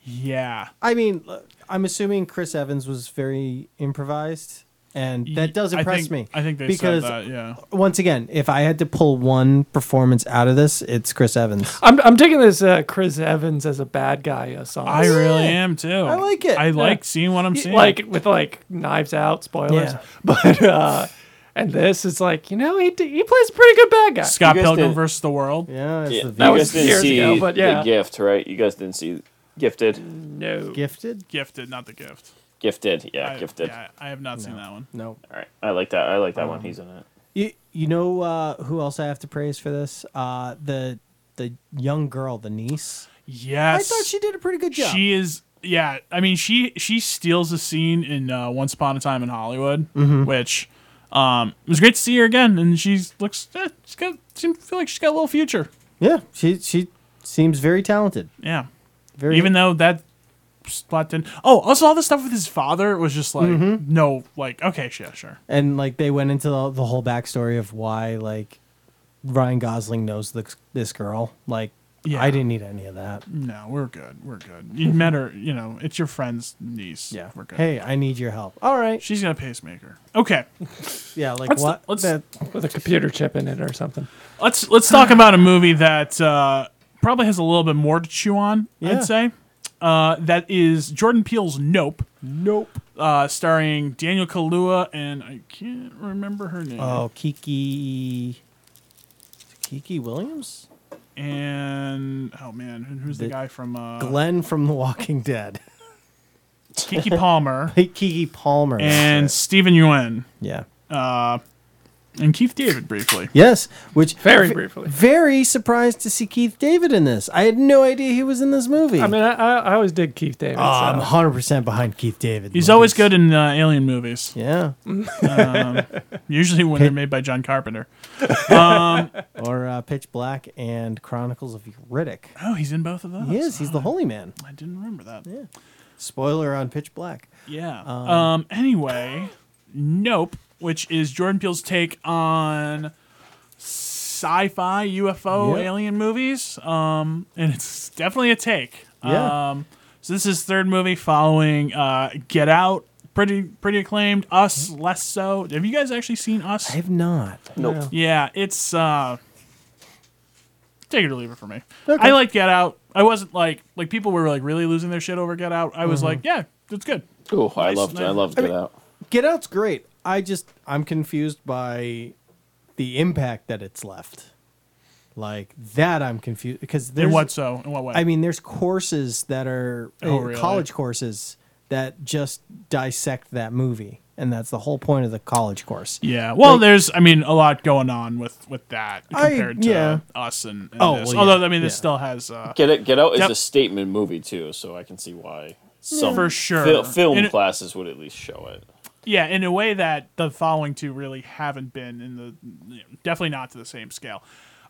Speaker 8: Yeah.
Speaker 6: I mean, l- I'm assuming Chris Evans was very improvised, and
Speaker 8: Y-
Speaker 6: that does
Speaker 8: I
Speaker 6: impress
Speaker 8: think-
Speaker 6: me.
Speaker 8: I think they
Speaker 6: because
Speaker 8: said that. Yeah.
Speaker 6: once again, if I had to pull one performance out of this, it's Chris Evans.
Speaker 7: I'm I'm taking this uh, Chris Evans as a bad guy assault.
Speaker 8: I really am too. I
Speaker 6: like it.
Speaker 8: I like
Speaker 7: Yeah.
Speaker 8: seeing what I'm
Speaker 7: Y-
Speaker 8: seeing.
Speaker 7: like with like knives out spoilers
Speaker 6: Yeah.
Speaker 7: but uh and this is like you know he d- he plays a pretty good bad guy
Speaker 8: Scott
Speaker 9: You guys
Speaker 8: Pilgrim
Speaker 9: did-
Speaker 8: versus the World.
Speaker 6: Yeah, it's
Speaker 9: Yeah,
Speaker 6: the
Speaker 9: you
Speaker 6: view.
Speaker 7: was
Speaker 9: guys didn't
Speaker 7: years
Speaker 9: see
Speaker 7: ago, but yeah.
Speaker 9: the gift, right? You guys didn't see Gifted.
Speaker 8: Mm.
Speaker 7: no
Speaker 6: gifted.
Speaker 8: Gifted, not the gift.
Speaker 9: Gifted, yeah,
Speaker 8: I,
Speaker 9: Gifted.
Speaker 8: Yeah, Um, I have not seen that one.
Speaker 6: No,
Speaker 9: All right, I like that. I like that one. He's in it.
Speaker 6: you you know uh, who else I have to praise for this? Uh, the the young girl, the niece. I
Speaker 8: Yes,
Speaker 6: thought she did a pretty good job.
Speaker 8: She is. Yeah, I mean, she she steals a scene in uh, Once Upon a Time in Hollywood,
Speaker 6: Mm-hmm.
Speaker 8: which um, it was great to see her again. And she looks, eh, she's got, seems feel like she's got a little future.
Speaker 6: yeah, she she seems very talented.
Speaker 8: Yeah,
Speaker 6: Very
Speaker 8: even though that spot didn't. Oh, also all the stuff with his father was just like
Speaker 6: Mm-hmm.
Speaker 8: no, like okay, sure, sure.
Speaker 6: and like they went into the, the whole backstory of why like Ryan Gosling knows this this girl. Like
Speaker 8: Yeah.
Speaker 6: I didn't need any of that.
Speaker 8: No, we're good. We're good. You met her. You know, it's your friend's niece. we're good.
Speaker 6: Hey, I need your help. All right.
Speaker 8: She's got a pacemaker. Okay,
Speaker 6: Yeah. Like
Speaker 7: Let's-
Speaker 6: what?
Speaker 8: let's-
Speaker 6: That-
Speaker 7: with a computer chip in it or something
Speaker 8: let's let's talk about a movie that uh, probably has a little bit more to chew on.
Speaker 6: Yeah.
Speaker 8: I'd say uh, that is Jordan Peele's Nope,
Speaker 6: nope.
Speaker 8: uh, starring Daniel Kaluuya and I can't remember her name.
Speaker 6: Oh, Kiki. Kiki Williams.
Speaker 8: and oh man, who- who's the,
Speaker 6: The-
Speaker 8: guy from uh,
Speaker 6: Glenn from The Walking Dead.
Speaker 8: Kiki Palmer
Speaker 6: Kiki Palmer.
Speaker 8: and Stephen Yuen
Speaker 6: yeah.
Speaker 8: and Keith David briefly.
Speaker 6: Yes. Which
Speaker 7: very
Speaker 6: v-
Speaker 7: briefly
Speaker 6: Very surprised to see Keith David in this. I had no idea he was in this movie.
Speaker 7: i mean i i, I always did keith david
Speaker 6: Oh, Hmm. I'm
Speaker 7: so.
Speaker 6: 100% behind Keith David.
Speaker 8: He's
Speaker 6: movies.
Speaker 8: always good in uh, alien movies.
Speaker 6: Yeah.
Speaker 8: Usually when they're made by John Carpenter.
Speaker 6: or uh, Pitch Black and Chronicles of Riddick.
Speaker 8: Oh, he's in both of those.
Speaker 6: He is. He's the holy man.
Speaker 8: I didn't remember that. Yeah.
Speaker 6: Spoiler on Pitch Black.
Speaker 8: Um, anyway, Nope, which is Jordan Peele's take on sci-fi UFO
Speaker 6: Yep.
Speaker 8: alien movies. Um, and it's definitely a take.
Speaker 6: Yeah.
Speaker 8: Um, so this is his third movie following uh, Get Out. Pretty pretty acclaimed. Us less so. Have you guys actually seen Us?
Speaker 6: Mm-hmm. I have not.
Speaker 9: Nope.
Speaker 6: No.
Speaker 8: Yeah, it's uh take it or leave it for me. I like Get Out. I wasn't like like people were like really losing their shit over Get Out. I was
Speaker 6: Mm-hmm.
Speaker 8: like, yeah, it's good.
Speaker 9: Ooh, I
Speaker 8: Nice,
Speaker 9: loved. I
Speaker 8: nice.
Speaker 9: loved Get Out.
Speaker 6: Get Out's great. I just I'm confused by the impact that it's left. Like that, I'm confused because
Speaker 8: In
Speaker 6: there's
Speaker 8: what so? In what way?
Speaker 6: I mean, there's courses that are
Speaker 8: Oh,
Speaker 6: uh,
Speaker 8: really?
Speaker 6: college courses that just dissect that movie, and that's the whole point of the college course.
Speaker 8: yeah. Well,
Speaker 6: like-
Speaker 8: there's I mean a lot going on with with that
Speaker 6: I-
Speaker 8: compared to
Speaker 6: yeah.
Speaker 8: us and, and
Speaker 6: Oh,
Speaker 8: this.
Speaker 6: well, yeah,
Speaker 8: although I mean this
Speaker 6: yeah.
Speaker 8: still has uh
Speaker 9: Get it. Get Out is
Speaker 8: Yep.
Speaker 9: a statement movie too, so I can see why some
Speaker 8: For sure.
Speaker 9: fil- film
Speaker 8: And it-
Speaker 9: classes would at least show it.
Speaker 8: Yeah, in a way that the following two really haven't been in the you know, definitely not to the same scale.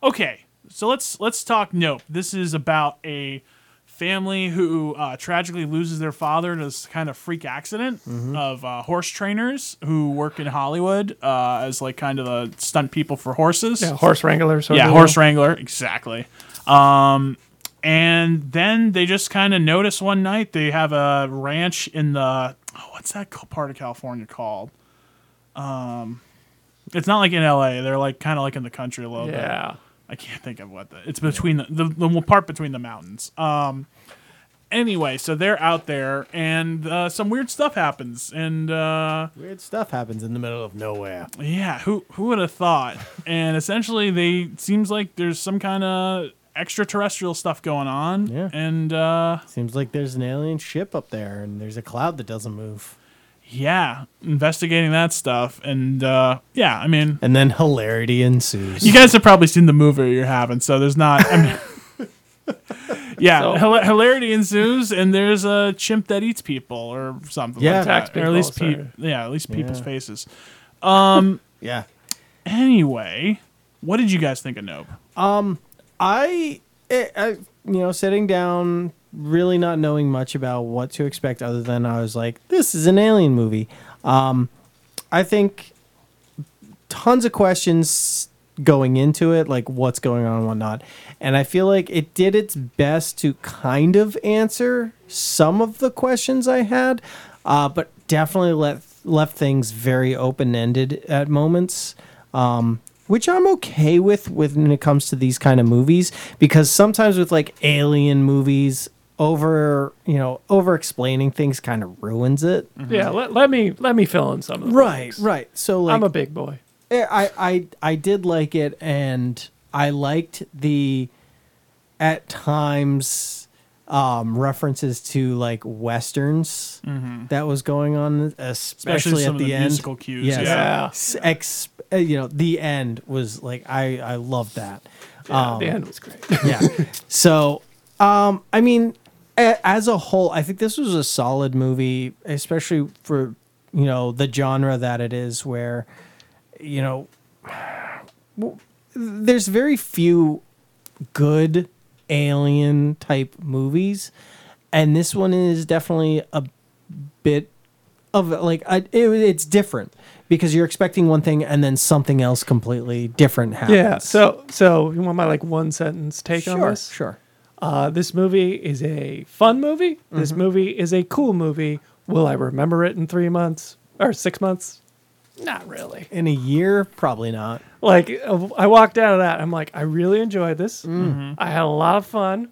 Speaker 8: Okay, so let's let's talk. Nope. This is about a family who uh, tragically loses their father to this kind of freak accident of uh, horse trainers who work in Hollywood uh, as like kind of the stunt people for horses.
Speaker 7: Yeah, horse wranglers.
Speaker 8: Yeah, horse wrangler, exactly. Um, and then they just kind of notice one night they have a ranch in the oh, what's that co- part of California called? Um, it's not like in L.A. They're like kind of like in the country a little bit.
Speaker 7: Yeah.
Speaker 8: I can't think of what the it's between the, the the part between the mountains. Um, anyway, so they're out there and uh, some weird stuff happens and. Uh,
Speaker 6: Weird stuff happens in the middle of nowhere.
Speaker 8: yeah, who who would have thought? And essentially, they seems like there's some kind of extraterrestrial stuff going on.
Speaker 6: Yeah.
Speaker 8: And uh,
Speaker 6: Seems like there's an alien ship up there, and there's a cloud that doesn't move.
Speaker 8: yeah, investigating that stuff. And uh, yeah, I mean,
Speaker 6: And then hilarity ensues.
Speaker 8: you guys have probably seen the movie you haven't, so there's not. I mean, yeah,
Speaker 7: So-
Speaker 8: hila- hilarity ensues, and there's a chimp that eats people or something.
Speaker 6: Yeah.
Speaker 8: like that.
Speaker 7: Attacks
Speaker 8: or at
Speaker 7: people,
Speaker 8: least
Speaker 7: sorry.
Speaker 8: yeah, at least people's
Speaker 6: Yeah.
Speaker 8: faces.
Speaker 6: yeah.
Speaker 8: Anyway, what did you guys think of Nope?
Speaker 6: I, it, I, you know, sitting down, really not knowing much about what to expect, other than I was like, this is an alien movie. Um, I think tons of questions going into it, like what's going on and whatnot. And I feel like it did its best to kind of answer some of the questions I had, uh, but definitely let, left things very open ended at moments. Um, which I'm okay with when it comes to these kind of movies because sometimes with like alien movies over you know over explaining things kind of ruins it
Speaker 7: Yeah, let, let me let me fill in some of the blanks.
Speaker 6: Hmm. right so like
Speaker 7: I'm a big boy.
Speaker 6: Eh, I, I I did like it, and I liked the at times um, references to like westerns that was going on, especially,
Speaker 8: Mm-hmm.
Speaker 6: at
Speaker 8: some of
Speaker 6: the,
Speaker 8: the
Speaker 6: end.
Speaker 8: musical cues,
Speaker 6: Yes.
Speaker 7: Yeah.
Speaker 6: S- Ex, eh, you know, the end was like I I loved that.
Speaker 7: Yeah, the end was great.
Speaker 6: Yeah. so, um, I mean, a- as a whole, I think this was a solid movie, especially for you know the genre that it is, where you know w- there's very few good alien type movies, and this one is definitely a bit of like I, it, it's different because you're expecting one thing and then something else completely different happens.
Speaker 7: yeah. So so you want my like one sentence take on
Speaker 6: sure,
Speaker 7: this?
Speaker 6: sure.
Speaker 7: Uh, this movie is a fun movie. This movie is a cool movie. Will I remember it in three months or six months? Not really.
Speaker 6: In a year, probably not.
Speaker 7: Like uh, I walked out of that, I'm like, I really enjoyed this. I had a lot of fun.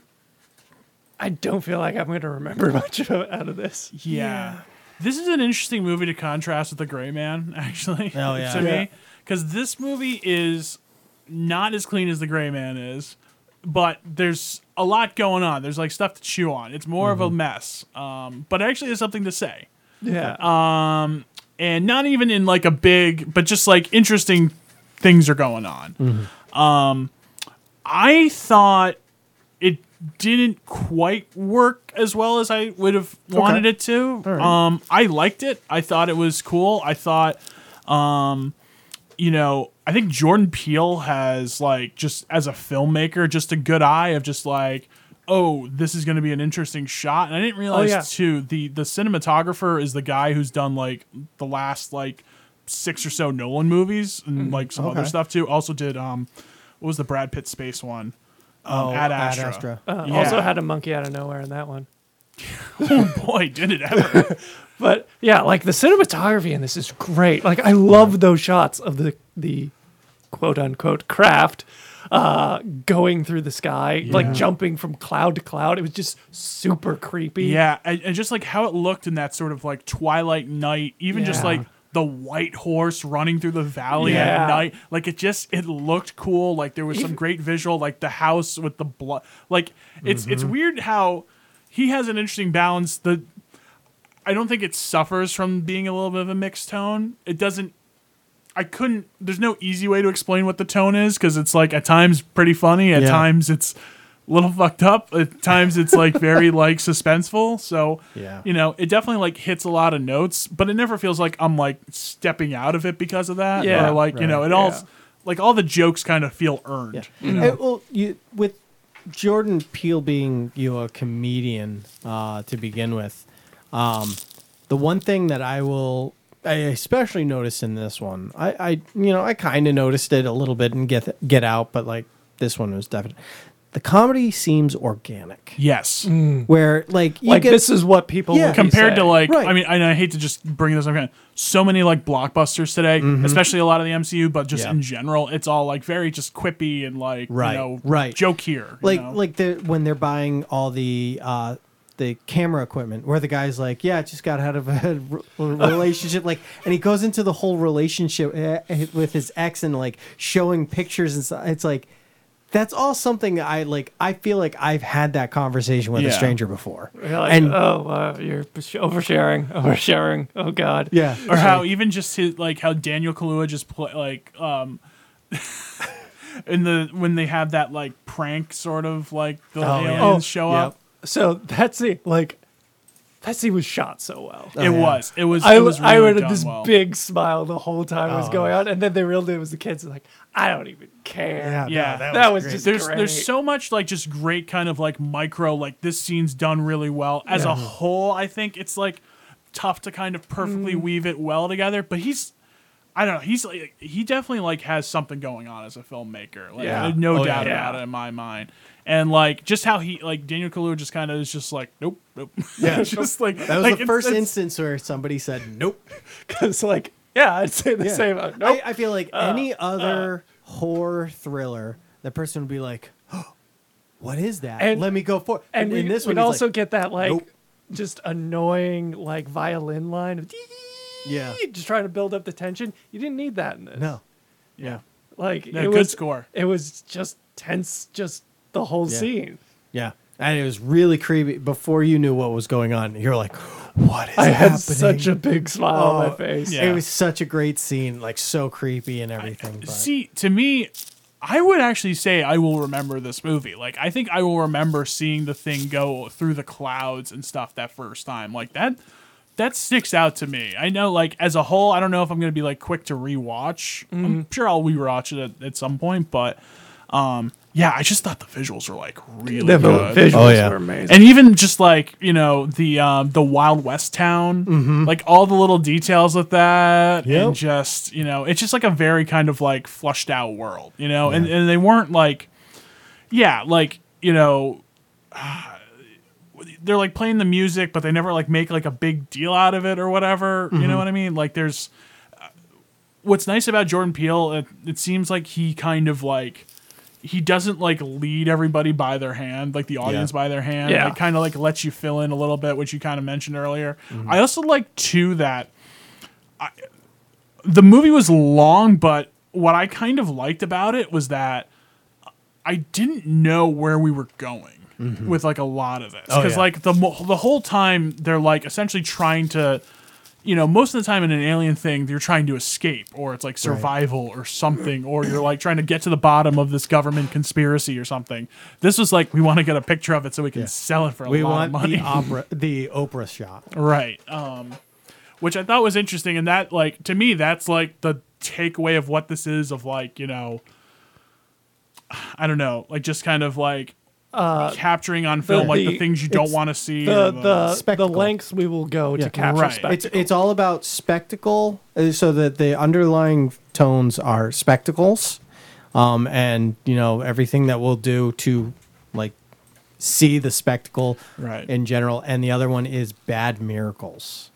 Speaker 7: I don't feel like I'm going to remember much of, out of this.
Speaker 8: Yeah. This is an interesting movie to contrast with The Gray Man, actually.
Speaker 6: Oh, yeah.
Speaker 8: To
Speaker 6: Yeah.
Speaker 8: me. Because this movie is not as clean as The Gray Man is, but there's a lot going on. There's like stuff to chew on. It's more
Speaker 6: Mm-hmm.
Speaker 8: of a mess. Um, but actually, there's something to say.
Speaker 7: Yeah.
Speaker 8: And not even in like a big, but just like interesting things are going on. Um,
Speaker 6: Mm-hmm.
Speaker 8: I thought it didn't quite work as well as I would have wanted it to. Um, I liked it. I thought it was cool. I thought, um, you know, I think Jordan Peele has like just as a filmmaker, just a good eye of just like, oh, this is going to be an interesting shot. And I didn't realize
Speaker 7: yeah.
Speaker 8: too the the cinematographer is the guy who's done like the last like six or so Nolan movies and like some other
Speaker 6: okay.
Speaker 8: stuff too. Also did um, what was the Brad Pitt space one? Um, Ad Astra.
Speaker 7: Uh,
Speaker 8: yeah.
Speaker 7: Also had a monkey out of nowhere in that one.
Speaker 8: Boy, did it ever!
Speaker 7: But yeah, like the cinematography in this is great. Like I love those shots of the the quote unquote craft uh going through the sky, like jumping from cloud to cloud. It was just super creepy.
Speaker 8: yeah, and, and just like how it looked in that sort of like Twilight Night, even just
Speaker 7: Yeah.
Speaker 8: like the white horse running through the valley
Speaker 7: Yeah.
Speaker 8: at night, like it just it looked cool. Like there was some
Speaker 7: Even-
Speaker 8: great visual, like the house with the blood. Like it's it's weird how he has an interesting balance. The I don't think it suffers from being a little bit of a mixed tone. It doesn't. I couldn't. There's no easy way to explain what the tone is because it's like at times pretty funny, at
Speaker 6: Yeah.
Speaker 8: times it's little fucked up. At times it's like very like suspenseful. So
Speaker 6: Yeah.
Speaker 8: you know, it definitely like hits a lot of notes, but it never feels like I'm like stepping out of it because of that.
Speaker 7: Yeah,
Speaker 8: Or like, you know, it all
Speaker 7: yeah.
Speaker 8: like all the jokes kind of feel earned.
Speaker 6: Yeah. Uh, well, you, with Jordan Peele being you know, a comedian uh, to begin with, um, the one thing that I will, I especially noticed in this one, I, I you know, I kind of noticed it a little bit in Get Get Out, but like this one was definite. The comedy seems organic,
Speaker 8: Yes.
Speaker 6: Mm. where like you
Speaker 7: like
Speaker 6: get
Speaker 7: this is what people
Speaker 6: Yeah.
Speaker 7: would be
Speaker 8: compared to
Speaker 7: saying.
Speaker 8: like
Speaker 6: Right.
Speaker 8: I mean, and I hate to just bring this up again. So many like blockbusters today, especially a lot of the MCU, but just
Speaker 6: Mm-hmm. Yeah.
Speaker 8: in general, it's all like very just quippy and like
Speaker 6: Right,
Speaker 8: you know
Speaker 6: right.
Speaker 8: joke here. you
Speaker 6: like
Speaker 8: know?
Speaker 6: like the when they're buying all the uh the camera equipment where the guy's like yeah I just got out of a re- relationship like and he goes into the whole relationship eh, eh, with his ex and like showing pictures and stuff. it's like that's all something that i like i feel like i've had that conversation with a
Speaker 8: Yeah.
Speaker 6: stranger before
Speaker 7: You're like,
Speaker 6: and
Speaker 7: oh, wow, you're oversharing, oversharing. Oh God.
Speaker 6: yeah
Speaker 8: or how even just his, like how Daniel Kaluuya just play like um in the when they have that like prank sort of like the
Speaker 6: Oh, yeah.
Speaker 8: aliens
Speaker 7: Oh,
Speaker 8: show
Speaker 6: yeah.
Speaker 8: up.
Speaker 7: So that scene, like, that scene was shot so well.
Speaker 8: it
Speaker 6: Oh, yeah.
Speaker 8: was. It was.
Speaker 7: I,
Speaker 8: it was really
Speaker 7: I would
Speaker 8: done
Speaker 7: have this
Speaker 8: well.
Speaker 7: big smile the whole time it was
Speaker 6: Oh.
Speaker 7: going on, and then they reeled it was the kids. Like, I don't even care.
Speaker 8: Yeah,
Speaker 7: that, was, just
Speaker 8: there's
Speaker 7: great.
Speaker 8: there's so much like just great kind of like micro like this scene's done really well as a whole. I think it's like tough to kind of perfectly
Speaker 6: Mm.
Speaker 8: weave it well together, but he's. I don't know. He's like he definitely like has something going on as a filmmaker. Like,
Speaker 7: Yeah.
Speaker 8: there's no
Speaker 6: Oh, yeah.
Speaker 8: doubt about it in my mind. And like just how he like Daniel Kaluuya just kind of is just like nope, nope.
Speaker 6: Yeah.
Speaker 8: just like
Speaker 6: that was
Speaker 8: like,
Speaker 6: the
Speaker 8: it's-
Speaker 6: first
Speaker 8: it's-
Speaker 6: instance where somebody said nope
Speaker 7: because like yeah, I'd say the
Speaker 6: Yeah.
Speaker 7: same. uh, nope.
Speaker 6: I, I feel like any other horror thriller, the person would be like, "Oh, "What is that?"
Speaker 7: And-
Speaker 6: Let me go for.
Speaker 7: and
Speaker 6: in
Speaker 7: we
Speaker 6: this
Speaker 7: this
Speaker 6: one,
Speaker 7: would
Speaker 6: he's
Speaker 7: also
Speaker 6: like,
Speaker 7: get that like
Speaker 6: nope.
Speaker 7: just annoying like violin line of
Speaker 6: yeah,
Speaker 7: just trying to build up the tension. You didn't need that in this.
Speaker 6: no,
Speaker 8: yeah.
Speaker 7: like
Speaker 8: No,
Speaker 7: it
Speaker 8: good
Speaker 7: was
Speaker 8: score.
Speaker 7: It was just tense, just the whole
Speaker 6: Yeah.
Speaker 7: scene.
Speaker 6: yeah, and it was really creepy. Before you knew what was going on, you're like, "What is
Speaker 7: I
Speaker 6: happening?"
Speaker 7: had such a big smile on my
Speaker 6: Oh,
Speaker 7: face.
Speaker 8: yeah.
Speaker 6: It was such a great scene, like so creepy and everything. but-
Speaker 8: See, to me, I would actually say I will remember this movie. Like, I think I will remember seeing the thing go through the clouds and stuff that first time. Like that, that sticks out to me. I know, like as a whole, I don't know if I'm gonna be like quick to rewatch.
Speaker 7: Mm-hmm.
Speaker 8: I'm sure I'll rewatch it at, at some point, but um, yeah, I just thought the visuals were like really
Speaker 7: The
Speaker 8: good.
Speaker 7: visuals
Speaker 6: Oh, yeah.
Speaker 7: were amazing.
Speaker 8: And even just like you know the um, the Wild West town, like all the little details with that,
Speaker 6: Yep.
Speaker 8: and just you know, it's just like a very kind of like flushed out world, you know. And and they weren't like, yeah, like you know, they're like playing the music, but they never like make like a big deal out of it or whatever. You know what I mean? Like there's uh, what's nice about Jordan Peele, it, it seems like he kind of like he doesn't like lead everybody by their hand, like the audience by their hand.
Speaker 7: Yeah.
Speaker 8: It kind of like lets you fill in a little bit, which you kind of mentioned earlier.
Speaker 6: Mm-hmm.
Speaker 8: I also like too that I, the movie was long, but what I kind of liked about it was that I didn't know where we were going. With like a lot of this,
Speaker 6: Mm-hmm. Oh,
Speaker 8: because
Speaker 6: yeah.
Speaker 8: like the mo- the whole time they're like essentially trying to you know, most of the time in an alien thing, you're trying to escape or it's like survival or something, or you're like trying to get to the bottom of this government conspiracy or something. This was like, we want to get a picture of it so we can sell it for a
Speaker 6: we
Speaker 8: lot
Speaker 6: want
Speaker 8: of money.
Speaker 6: the opera, the Oprah shot.
Speaker 8: right. Um, which I thought was interesting. And that, like, to me, that's like the takeaway of what this is of like, you know, I don't know, like just kind of like capturing on film like the
Speaker 7: Uh, the-
Speaker 8: things you don't
Speaker 7: it's
Speaker 8: want to see.
Speaker 7: the
Speaker 8: or
Speaker 7: the, the
Speaker 6: Spectacle.
Speaker 7: lengths we will go to capture
Speaker 8: Right.
Speaker 7: spectacle.
Speaker 6: It's it's all about spectacle, uh, so that the underlying tones are spectacles, um, and you know everything that we'll do to like see the spectacle
Speaker 8: Right.
Speaker 6: in general. And the other one is bad miracles.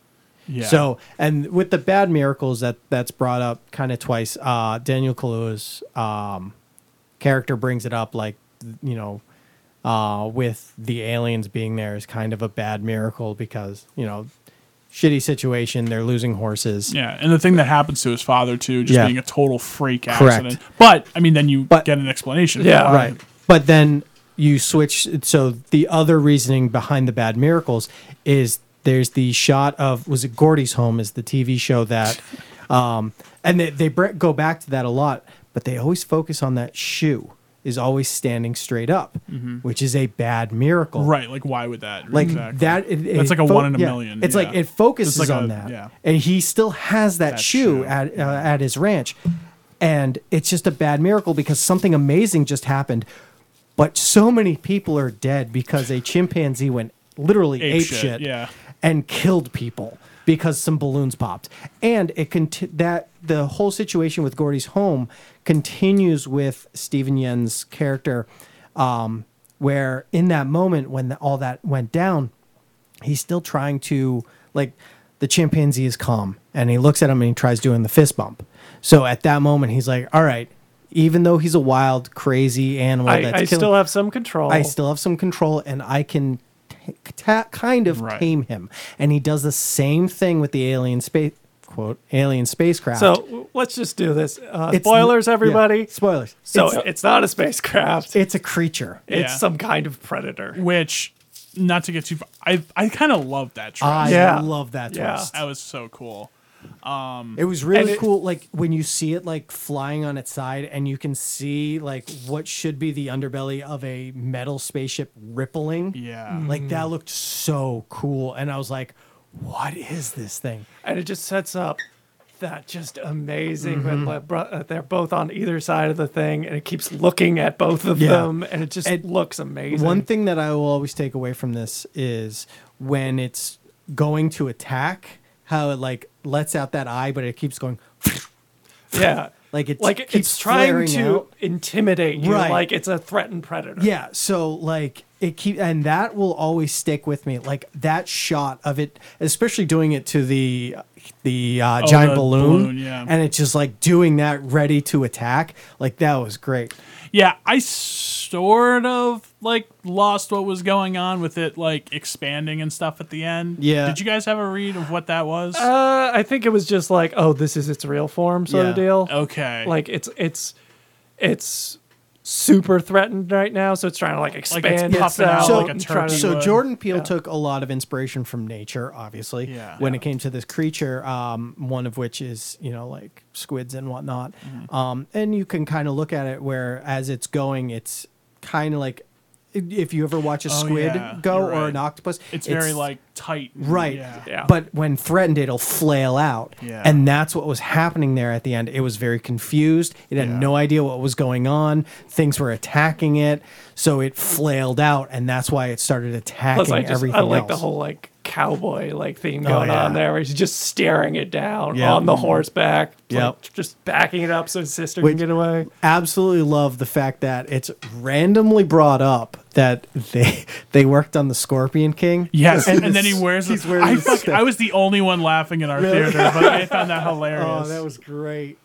Speaker 8: yeah.
Speaker 6: So, and with the bad miracles that that's brought up kind of twice. Uh, Daniel Kaluuya's um, character brings it up, like you know, uh, with the aliens being there is kind of a bad miracle because you know, shitty situation. They're losing horses.
Speaker 8: Yeah, and the thing that happens to his father too, just
Speaker 6: Yeah.
Speaker 8: being a total freak
Speaker 6: Correct.
Speaker 8: accident. But I mean, then you
Speaker 6: But-
Speaker 8: get an explanation.
Speaker 7: Yeah.
Speaker 8: why.
Speaker 6: right. But then you switch. So the other reasoning behind the bad miracles is there's the shot of was it Gordy's Home is the TV show that, um, and they they br- go back to that a lot, but they always focus on that shoe is always standing straight up, which is a bad miracle.
Speaker 8: Right. Like, why would that?
Speaker 6: Like
Speaker 8: exactly.
Speaker 6: that. It, it-
Speaker 8: That's like a
Speaker 6: fo-
Speaker 8: one in a
Speaker 6: yeah.
Speaker 8: million.
Speaker 6: It's like
Speaker 8: yeah.
Speaker 6: it focuses
Speaker 8: It's like
Speaker 6: on
Speaker 8: a-
Speaker 6: that,
Speaker 8: yeah.
Speaker 6: and he still has that,
Speaker 8: That
Speaker 6: shoe,
Speaker 8: shoe.
Speaker 6: at uh, at his ranch, and it's just a bad miracle because something amazing just happened, but so many people are dead because a chimpanzee went literally
Speaker 8: Ape
Speaker 6: ape,
Speaker 8: shit,
Speaker 6: shit,
Speaker 8: yeah.
Speaker 6: and killed people because some balloons popped, and it conti- that the whole situation with Gordy's home continues with Stephen Yen's character. Um, where in that moment when the, all that went down, he's still trying to like the chimpanzee is calm and he looks at him and he tries doing the fist bump so at that moment he's like all right even though he's a wild crazy animal
Speaker 7: I,
Speaker 6: oh, that's
Speaker 7: I
Speaker 6: killing-
Speaker 7: still have some control.
Speaker 6: I still have some control and I can t- ta- kind of
Speaker 8: Right.
Speaker 6: tame him and he does the same thing with the alien space quote alien spacecraft
Speaker 7: So w- let's just do this. Uh,
Speaker 6: It's-
Speaker 7: spoilers,
Speaker 6: yeah,
Speaker 7: everybody.
Speaker 6: spoilers
Speaker 7: So
Speaker 6: it's,
Speaker 7: it's, not a spacecraft.
Speaker 6: it's a creature
Speaker 8: Yeah.
Speaker 7: It's some kind of predator.
Speaker 8: Which, not to get too far, I, I kind of love that trailer.
Speaker 6: I
Speaker 7: Yeah.
Speaker 6: love that twist.
Speaker 7: Yeah.
Speaker 8: that was so cool.
Speaker 6: It was really
Speaker 7: And it-
Speaker 6: cool, like when you see it like flying on its side, and you can see like what should be the underbelly of a metal spaceship rippling.
Speaker 8: Yeah.
Speaker 6: like that looked so cool, and I was like, "What is this thing?"
Speaker 7: and it just sets up that just amazing
Speaker 6: Mm-hmm.
Speaker 7: when like, bro- uh, they're both on either side of the thing and it keeps looking at both of
Speaker 6: Yeah.
Speaker 7: them and it just
Speaker 6: And
Speaker 7: looks amazing.
Speaker 6: One thing that I will always take away from this is when it's going to attack, how it like lets out that eye, but it keeps going.
Speaker 7: yeah.
Speaker 6: Like it's
Speaker 7: Like
Speaker 6: keeps
Speaker 7: it's trying
Speaker 6: flaring
Speaker 7: to
Speaker 6: out.
Speaker 7: intimidate you
Speaker 6: Right.
Speaker 7: like it's a threatened predator.
Speaker 6: Yeah, so like it keep and that will always stick with me. Like that shot of it, especially doing it to the the uh,
Speaker 8: Oh,
Speaker 6: giant
Speaker 8: the
Speaker 6: balloon,
Speaker 8: balloon, yeah.
Speaker 6: and it's just like doing that ready to attack. Like that was great.
Speaker 8: Yeah, I sort of like lost what was going on with it, like expanding and stuff at the end.
Speaker 6: Yeah.
Speaker 8: Did you guys have a read of what that was?
Speaker 7: Uh, I think it was just like, oh, this is its real form sort of
Speaker 6: Yeah.
Speaker 7: deal.
Speaker 8: Oh, okay.
Speaker 7: Like it's it's it's super threatened right now, so it's trying to like
Speaker 8: Like,
Speaker 7: expand
Speaker 8: it's puffing
Speaker 7: itself
Speaker 8: out
Speaker 6: So-
Speaker 8: like a
Speaker 7: and try to-
Speaker 8: turkey.
Speaker 6: so
Speaker 8: would.
Speaker 6: Jordan Peele took a lot of inspiration from nature, obviously.
Speaker 8: Yeah.
Speaker 6: When it came to this creature, um, one of which is you know like squids and whatnot,
Speaker 8: Mm-hmm.
Speaker 6: um, and you can kind of look at it where as it's going, it's kind of like i- if you ever watch a squid
Speaker 8: Oh, yeah,
Speaker 6: go
Speaker 8: you're
Speaker 6: or
Speaker 8: right.
Speaker 6: an octopus,
Speaker 8: it's, very like tight. and-
Speaker 6: Right.
Speaker 8: Yeah.
Speaker 7: Yeah.
Speaker 6: But when threatened, it'll flail out.
Speaker 8: Yeah.
Speaker 6: And that's what was happening there at the end. It was very confused. It had
Speaker 8: Yeah.
Speaker 6: no idea what was going on. Things were attacking it. So it flailed out. And that's why it started attacking
Speaker 7: Plus, I just
Speaker 6: everything
Speaker 7: I like the
Speaker 6: else. Oh,
Speaker 7: whole like cowboy like theme going
Speaker 6: yeah.
Speaker 7: on there, where he's just staring it down
Speaker 6: Yeah.
Speaker 7: on the horseback, like,
Speaker 6: Yep.
Speaker 7: just backing it up so his sister
Speaker 6: Which-
Speaker 7: can get away.
Speaker 6: Absolutely love the fact that it's randomly brought up that they they worked on the Scorpion King.
Speaker 8: Yes, and,
Speaker 6: this-
Speaker 8: then he wears.
Speaker 6: he's
Speaker 8: This,
Speaker 6: wearing
Speaker 8: I,
Speaker 6: this
Speaker 8: fuck-
Speaker 6: stuff.
Speaker 8: I was the only one laughing in our theater, but I found that hilarious.
Speaker 6: Oh, that was great.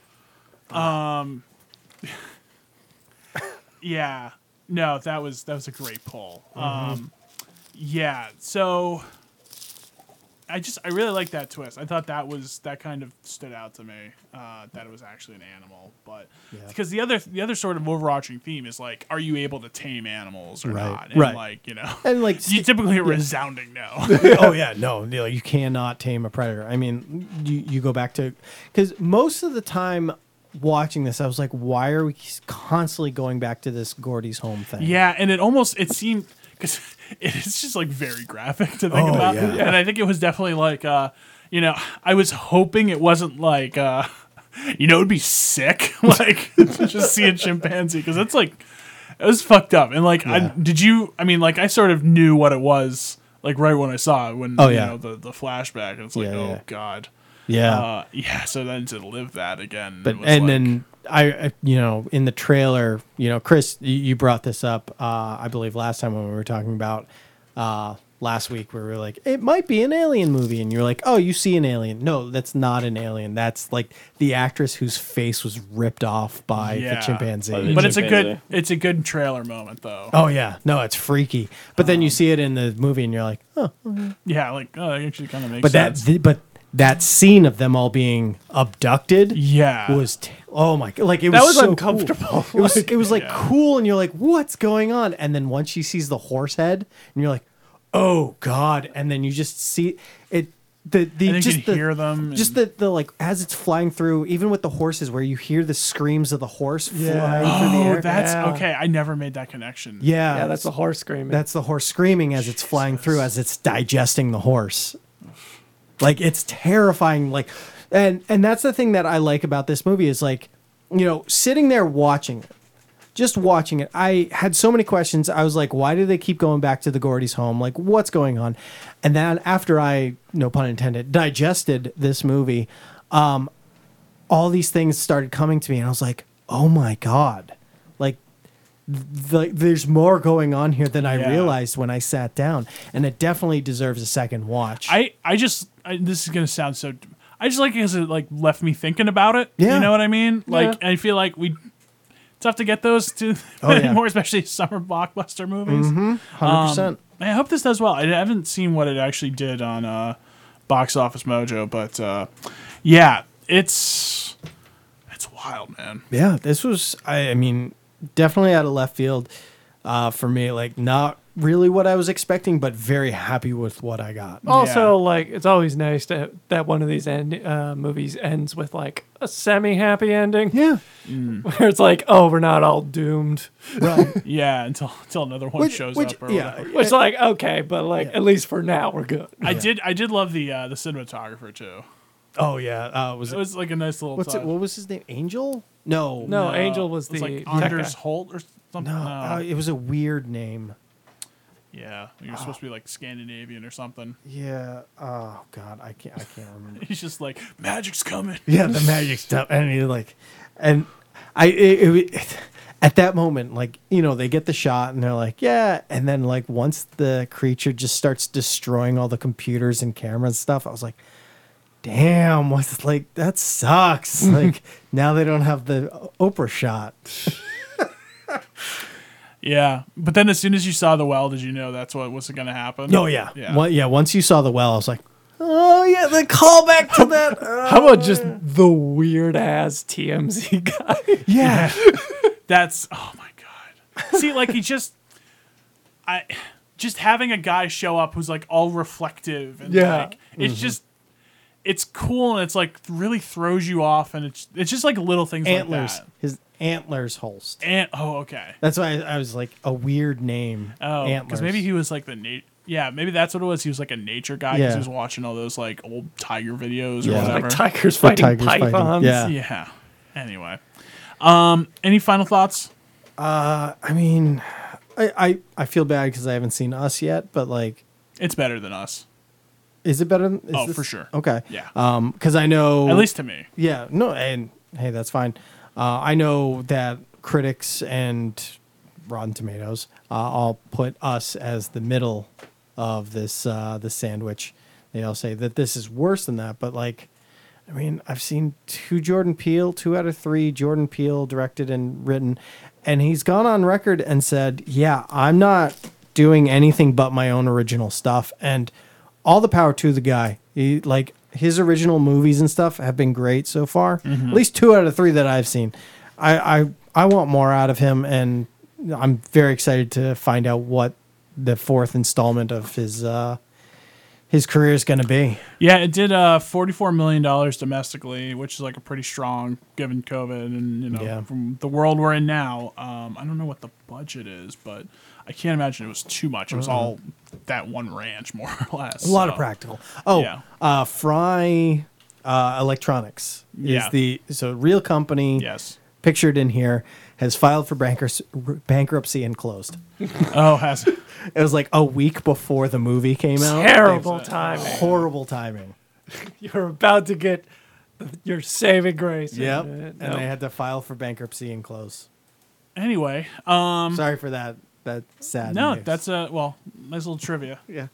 Speaker 8: Yeah. No, that was that was a great poll.
Speaker 6: Mm-hmm.
Speaker 8: Um, yeah. So I just I really like that twist. I thought that was that kind of stood out to me uh, that it was actually an animal, but because the other the other sort of overarching theme is like, are you able to tame animals or
Speaker 6: Right.
Speaker 8: not? And
Speaker 6: Right.
Speaker 8: Like you know,
Speaker 6: And like
Speaker 8: you typically a resounding no.
Speaker 6: oh yeah, no, no, you cannot tame a predator. I mean, you, you go back to because most of the time watching this, I was like, why are we constantly going back to this Gordy's home thing?
Speaker 8: Yeah, and it almost it seemed because it is just like very graphic to think
Speaker 6: Oh,
Speaker 8: about,
Speaker 6: yeah.
Speaker 8: and I think it was definitely like, uh, you know, I was hoping it wasn't like, uh, you know, it'd be sick like to just see a chimpanzee because that's like it was fucked up, and like, I,
Speaker 6: Yeah.
Speaker 8: did you? I mean, like, I sort of knew what it was like right when I saw it when
Speaker 6: Oh, yeah.
Speaker 8: you know the the flashback, and it's like,
Speaker 6: Yeah,
Speaker 8: oh
Speaker 6: yeah.
Speaker 8: god.
Speaker 6: yeah.
Speaker 8: Uh, yeah, so then to live that again,
Speaker 6: but
Speaker 8: was
Speaker 6: and
Speaker 8: like-
Speaker 6: then I, I, you know, in the trailer, you know, Chris, you, you brought this up, uh, I believe last time when we were talking about uh, last week, where we were like, it might be an alien movie, and you're like, oh, you see an alien? No, that's not an alien. That's like the actress whose face was ripped off by
Speaker 8: Yeah.
Speaker 6: the chimpanzee.
Speaker 9: By the
Speaker 8: but it's a good
Speaker 9: Chimpanzee.
Speaker 8: it's a good trailer moment though.
Speaker 6: Oh yeah, no, it's freaky. But then you see it in the movie, and you're like, oh.
Speaker 8: Yeah, like oh, that actually kind of makes
Speaker 6: But that,
Speaker 8: sense.
Speaker 6: but that scene of them all being abducted,
Speaker 8: yeah,
Speaker 6: was t- oh my god, like it
Speaker 7: That
Speaker 6: was,
Speaker 7: was
Speaker 6: so
Speaker 7: uncomfortable.
Speaker 6: Cool. It was it was like
Speaker 8: yeah.
Speaker 6: cool, and you're like, what's going on? And then once she sees the horse head, and you're like, oh god, and then you just see it. the the
Speaker 8: And you
Speaker 6: just
Speaker 8: can
Speaker 6: the,
Speaker 8: hear them
Speaker 6: just the, the like as it's flying through, even with the horses, where you hear the screams of the horse
Speaker 7: Yeah.
Speaker 6: flying through the
Speaker 8: Oh,
Speaker 6: air.
Speaker 8: that's
Speaker 7: Yeah.
Speaker 8: okay. I never made that connection.
Speaker 6: yeah,
Speaker 7: Yeah, that's a horse screaming.
Speaker 6: that's the horse screaming as it's flying through, as it's digesting the horse. Like it's terrifying. Like, and and that's the thing that I like about this movie is like, you know, sitting there watching it, just watching it. I had so many questions. I was like, why do they keep going back to the Gordy's home? Like, what's going on? And then after I, no pun intended, digested this movie, um, all these things started coming to me, and I was like, oh my god, like the, there's more going on here than I
Speaker 8: Yeah.
Speaker 6: realized when I sat down, and it definitely deserves a second watch.
Speaker 8: I um, I just I, this is gonna sound so. I just like it because it like left me thinking about it.
Speaker 6: Yeah.
Speaker 8: you know what I mean. Like
Speaker 7: Yeah.
Speaker 8: I feel like we it's tough to get those to
Speaker 6: Oh, yeah. Mm-hmm.
Speaker 8: more, especially summer blockbuster movies.
Speaker 6: hundred percent.
Speaker 8: I hope this does well. I haven't seen what it actually did on uh, Box Office Mojo, but uh, yeah, it's it's wild, man.
Speaker 6: Yeah, this was. I, I mean, definitely out of left field uh, for me. Like, not really what I was expecting, but very happy with what I got.
Speaker 8: Oh,
Speaker 7: Also, like it's always nice to, that one of these end uh, movies ends with like a semi-happy ending,
Speaker 6: Yeah,
Speaker 7: where it's like, oh, we're not all doomed.
Speaker 6: right.
Speaker 8: Yeah, until until another one shows up or whatever.
Speaker 7: Which like okay, but like at least for now we're good.
Speaker 8: I did I did love the uh, the cinematographer too.
Speaker 6: Oh yeah. Uh, was
Speaker 8: It
Speaker 6: it,
Speaker 8: was like a nice little
Speaker 6: what's
Speaker 8: touch.
Speaker 6: it? What was his name? Angel? No.
Speaker 7: No,
Speaker 8: Uh,
Speaker 7: Angel was
Speaker 8: it
Speaker 7: the
Speaker 8: like
Speaker 7: tech guy. oh,
Speaker 8: Anders Holt or something.
Speaker 6: No.
Speaker 8: No.
Speaker 6: Uh, it was a weird name.
Speaker 8: yeah, you're
Speaker 7: Ah.
Speaker 8: supposed to be like Scandinavian or something.
Speaker 6: Yeah. Oh God, I can't. I can't remember.
Speaker 8: He's just like magic's coming.
Speaker 6: Yeah, the magic stuff, and you're like, and I it, it, it- at that moment, like you know, they get the shot, and they're like, yeah, and then like once the creature just starts destroying all the computers and cameras and stuff, I was like, damn, what's like that sucks. like now they don't have the Oprah shot.
Speaker 8: Yeah, but then as soon as you saw the well, did you know that's what was going to happen?
Speaker 7: Oh,
Speaker 6: No, Oh, yeah,
Speaker 8: yeah.
Speaker 6: One- yeah. Once you saw the well, I was like, oh yeah, the callback to that. uh,
Speaker 7: How about just the weird ass TMZ guy?
Speaker 6: yeah,
Speaker 8: That's oh my god. See, like he just, I, just having a guy show up who's like all reflective and
Speaker 7: Yeah.
Speaker 8: like it's
Speaker 6: Mm-hmm.
Speaker 8: just, it's cool and it's like really throws you off and it's it's just like little things
Speaker 6: antlers.
Speaker 8: like that.
Speaker 6: His antlers holst.
Speaker 8: Ant. Oh, okay.
Speaker 6: That's why I, I was like a weird name.
Speaker 8: Oh, because
Speaker 6: Antlers.
Speaker 8: maybe he was like the nat. Yeah, maybe that's what it was. He was like a nature guy because
Speaker 6: Yeah.
Speaker 8: he was watching all those like old tiger videos or
Speaker 6: Yeah.
Speaker 8: whatever.
Speaker 7: like tigers fighting
Speaker 6: tigers fighting,
Speaker 7: pythons.
Speaker 6: yeah.
Speaker 8: yeah. Anyway, um, any final thoughts?
Speaker 6: I mean, I I, I feel bad because I haven't seen Us yet, but like,
Speaker 8: It's better than us,
Speaker 6: is it better? Than, is
Speaker 8: Oh, for sure.
Speaker 6: Okay.
Speaker 8: Yeah.
Speaker 6: Um, because I know
Speaker 8: at least to me.
Speaker 6: Yeah. No. And hey, that's fine. Uh, I know that critics and Rotten Tomatoes uh, all put Us as the middle of this uh, the sandwich. They all say that this is worse than that, but like. I mean, I've seen two Jordan Peele, two out of three Jordan Peele directed and written, and he's gone on record and said, "Yeah, I'm not doing anything but my own original stuff." And all the power to the guy. He like his original movies and stuff have been great so far. At least two out of three that I've seen. I I I want more out of him, and I'm very excited to find out what the fourth installment of his uh his career is going to be.
Speaker 8: Yeah, it did uh, forty-four million dollars domestically, which is like a pretty strong given COVID and you know
Speaker 6: Yeah.
Speaker 8: from the world we're in now. Um, I don't know what the budget is, but I can't imagine it was too much. It was all that one ranch, more or less.
Speaker 6: A lot of
Speaker 8: so.
Speaker 6: practical. Oh,
Speaker 8: Yeah.
Speaker 6: uh, Fry uh, Electronics is
Speaker 8: Yeah.
Speaker 6: the so real company
Speaker 8: Yes.
Speaker 6: pictured in here has filed for bankers, bankruptcy and closed.
Speaker 8: Oh, has
Speaker 6: It was like a week before the movie came out.
Speaker 7: Terrible timing.
Speaker 6: Horrible timing.
Speaker 7: You're about to get your saving grace.
Speaker 6: Yep.
Speaker 7: Uh,
Speaker 6: And
Speaker 7: no.
Speaker 6: they had to file for bankruptcy and close.
Speaker 8: anyway. Um,
Speaker 6: Sorry for that. That sad.
Speaker 8: no,
Speaker 6: news.
Speaker 8: that's uh, a well, nice little trivia.
Speaker 6: yeah.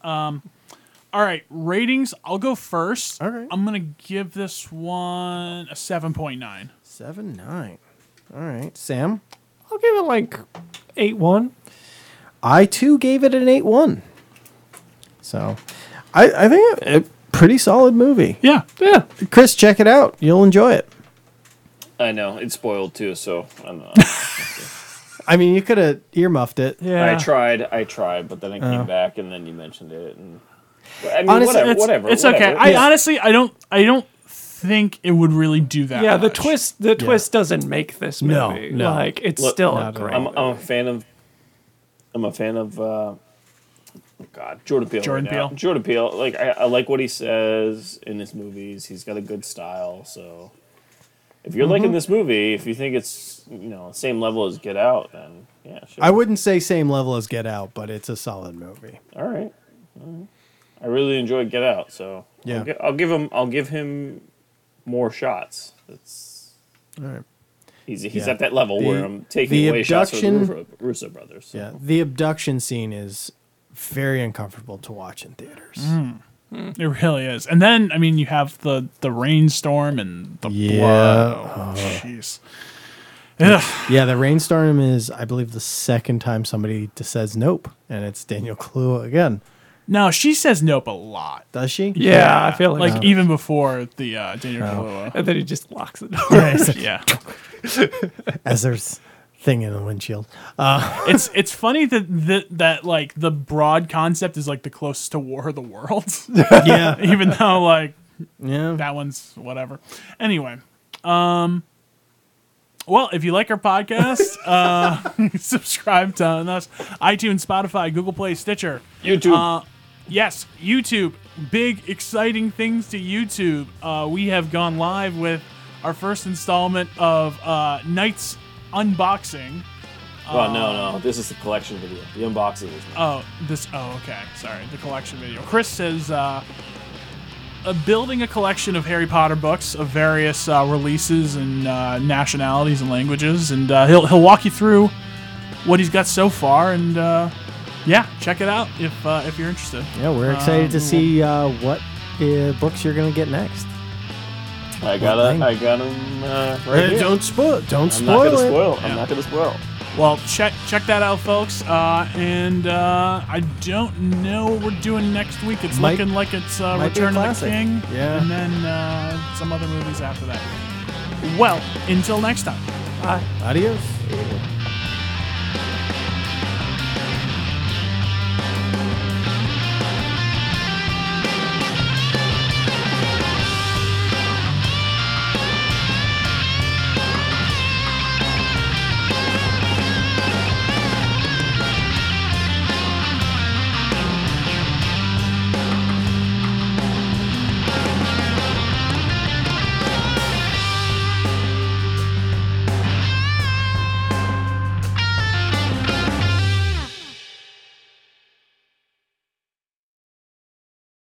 Speaker 8: All right, ratings. I'll go first.
Speaker 6: All right.
Speaker 8: I'm gonna give this one a seven point nine.
Speaker 6: Seven nine. All right, Sam.
Speaker 7: I'll give it like eight one.
Speaker 6: I too gave it an eight one. So, I I think a a pretty solid movie.
Speaker 8: Yeah.
Speaker 7: Yeah.
Speaker 6: Chris, check it out. You'll enjoy it.
Speaker 9: I know it's spoiled too, so I'm not.
Speaker 6: I mean, you could have earmuffed it.
Speaker 7: Yeah.
Speaker 9: I tried, I tried, but then it came back, and then you mentioned it, and I mean,
Speaker 6: Honestly,
Speaker 9: whatever.
Speaker 8: Uh. It's,
Speaker 9: whatever.
Speaker 8: it's
Speaker 9: whatever.
Speaker 8: okay. I
Speaker 6: Yeah.
Speaker 8: honestly, I don't, I don't think it would really do that.
Speaker 7: yeah, the
Speaker 8: much.
Speaker 7: twist the twist doesn't make this
Speaker 6: No,
Speaker 7: movie.
Speaker 6: no.
Speaker 7: Like it's
Speaker 9: Look,
Speaker 7: still a
Speaker 6: not at
Speaker 7: great.
Speaker 9: I'm, I'm a fan of. I'm a fan of. Uh, oh God, Jordan Peele.
Speaker 8: Jordan
Speaker 9: right now.
Speaker 8: Peele.
Speaker 9: Jordan Peele. Like I, I like what he says in his movies. He's got a good style. So, if you're
Speaker 7: Mm-hmm.
Speaker 9: liking this movie, if you think it's you know same level as Get Out, then yeah, sure.
Speaker 6: I wouldn't say same level as Get Out, but it's a solid movie.
Speaker 9: all right. All right. I really enjoyed Get Out, so
Speaker 6: Yeah.
Speaker 9: I'll, gi- I'll give him. I'll give him more shots. That's
Speaker 6: All right.
Speaker 9: he's he's
Speaker 6: Yeah.
Speaker 9: at that level
Speaker 6: The-
Speaker 9: where I'm
Speaker 6: the
Speaker 9: taking away shots from the
Speaker 6: abduction-
Speaker 9: Russo, Russo brothers.
Speaker 6: Yeah, the abduction scene is very uncomfortable to watch in theaters.
Speaker 7: Mm.
Speaker 8: It really is. And then, I mean, you have the the rainstorm and the
Speaker 6: Yeah.
Speaker 8: blood. Oh, Jeez. Ugh.
Speaker 6: Yeah, the rainstorm is, I believe, the second time somebody just says nope, and it's Daniel Clue again.
Speaker 8: No, she says nope a lot.
Speaker 6: Does she?
Speaker 7: yeah, I feel like,
Speaker 8: Like even before the uh, Daniel Kaluuya.
Speaker 7: and then he just locks the door.
Speaker 8: Yeah,
Speaker 6: As there's thing in the windshield.
Speaker 8: it's it's funny that, that that like the broad concept is like the closest to War of the Worlds,
Speaker 6: Yeah,
Speaker 8: even though like
Speaker 6: yeah.
Speaker 8: that one's whatever. Anyway, um, well, if you like our podcast, uh, subscribe to us iTunes, Spotify, Google Play, Stitcher.
Speaker 9: YouTube.
Speaker 8: Yes, YouTube. Big exciting things to YouTube. Uh, we have gone live with our first installment of uh, Knights Unboxing.
Speaker 9: well, no, no. This is the collection video. The unboxing is
Speaker 8: Oh, this. Oh, okay. Sorry, the collection video. Chris says, uh, uh, building a collection of Harry Potter books of various uh, releases and uh, nationalities and languages, and uh, he'll he'll walk you through what he's got so far, and uh, yeah, check it out if uh, if you're interested.
Speaker 6: Yeah, we're excited to
Speaker 8: Um,
Speaker 6: see uh, what uh, books you're going to get next.
Speaker 9: I got
Speaker 6: thing?
Speaker 9: a, I got him uh, right here.
Speaker 6: don't spoil. Don't
Speaker 9: I'm not gonna spoil. I'm not gonna spoil.
Speaker 8: Well, check check that out, folks. Uh, and uh, I don't know what we're doing next week. It's
Speaker 6: Might-
Speaker 8: looking like it's uh,
Speaker 6: might be a
Speaker 8: Return of the
Speaker 6: classic.
Speaker 8: King,
Speaker 6: Yeah.
Speaker 8: and then uh, some other movies after that. Well, until next time.
Speaker 6: Adios.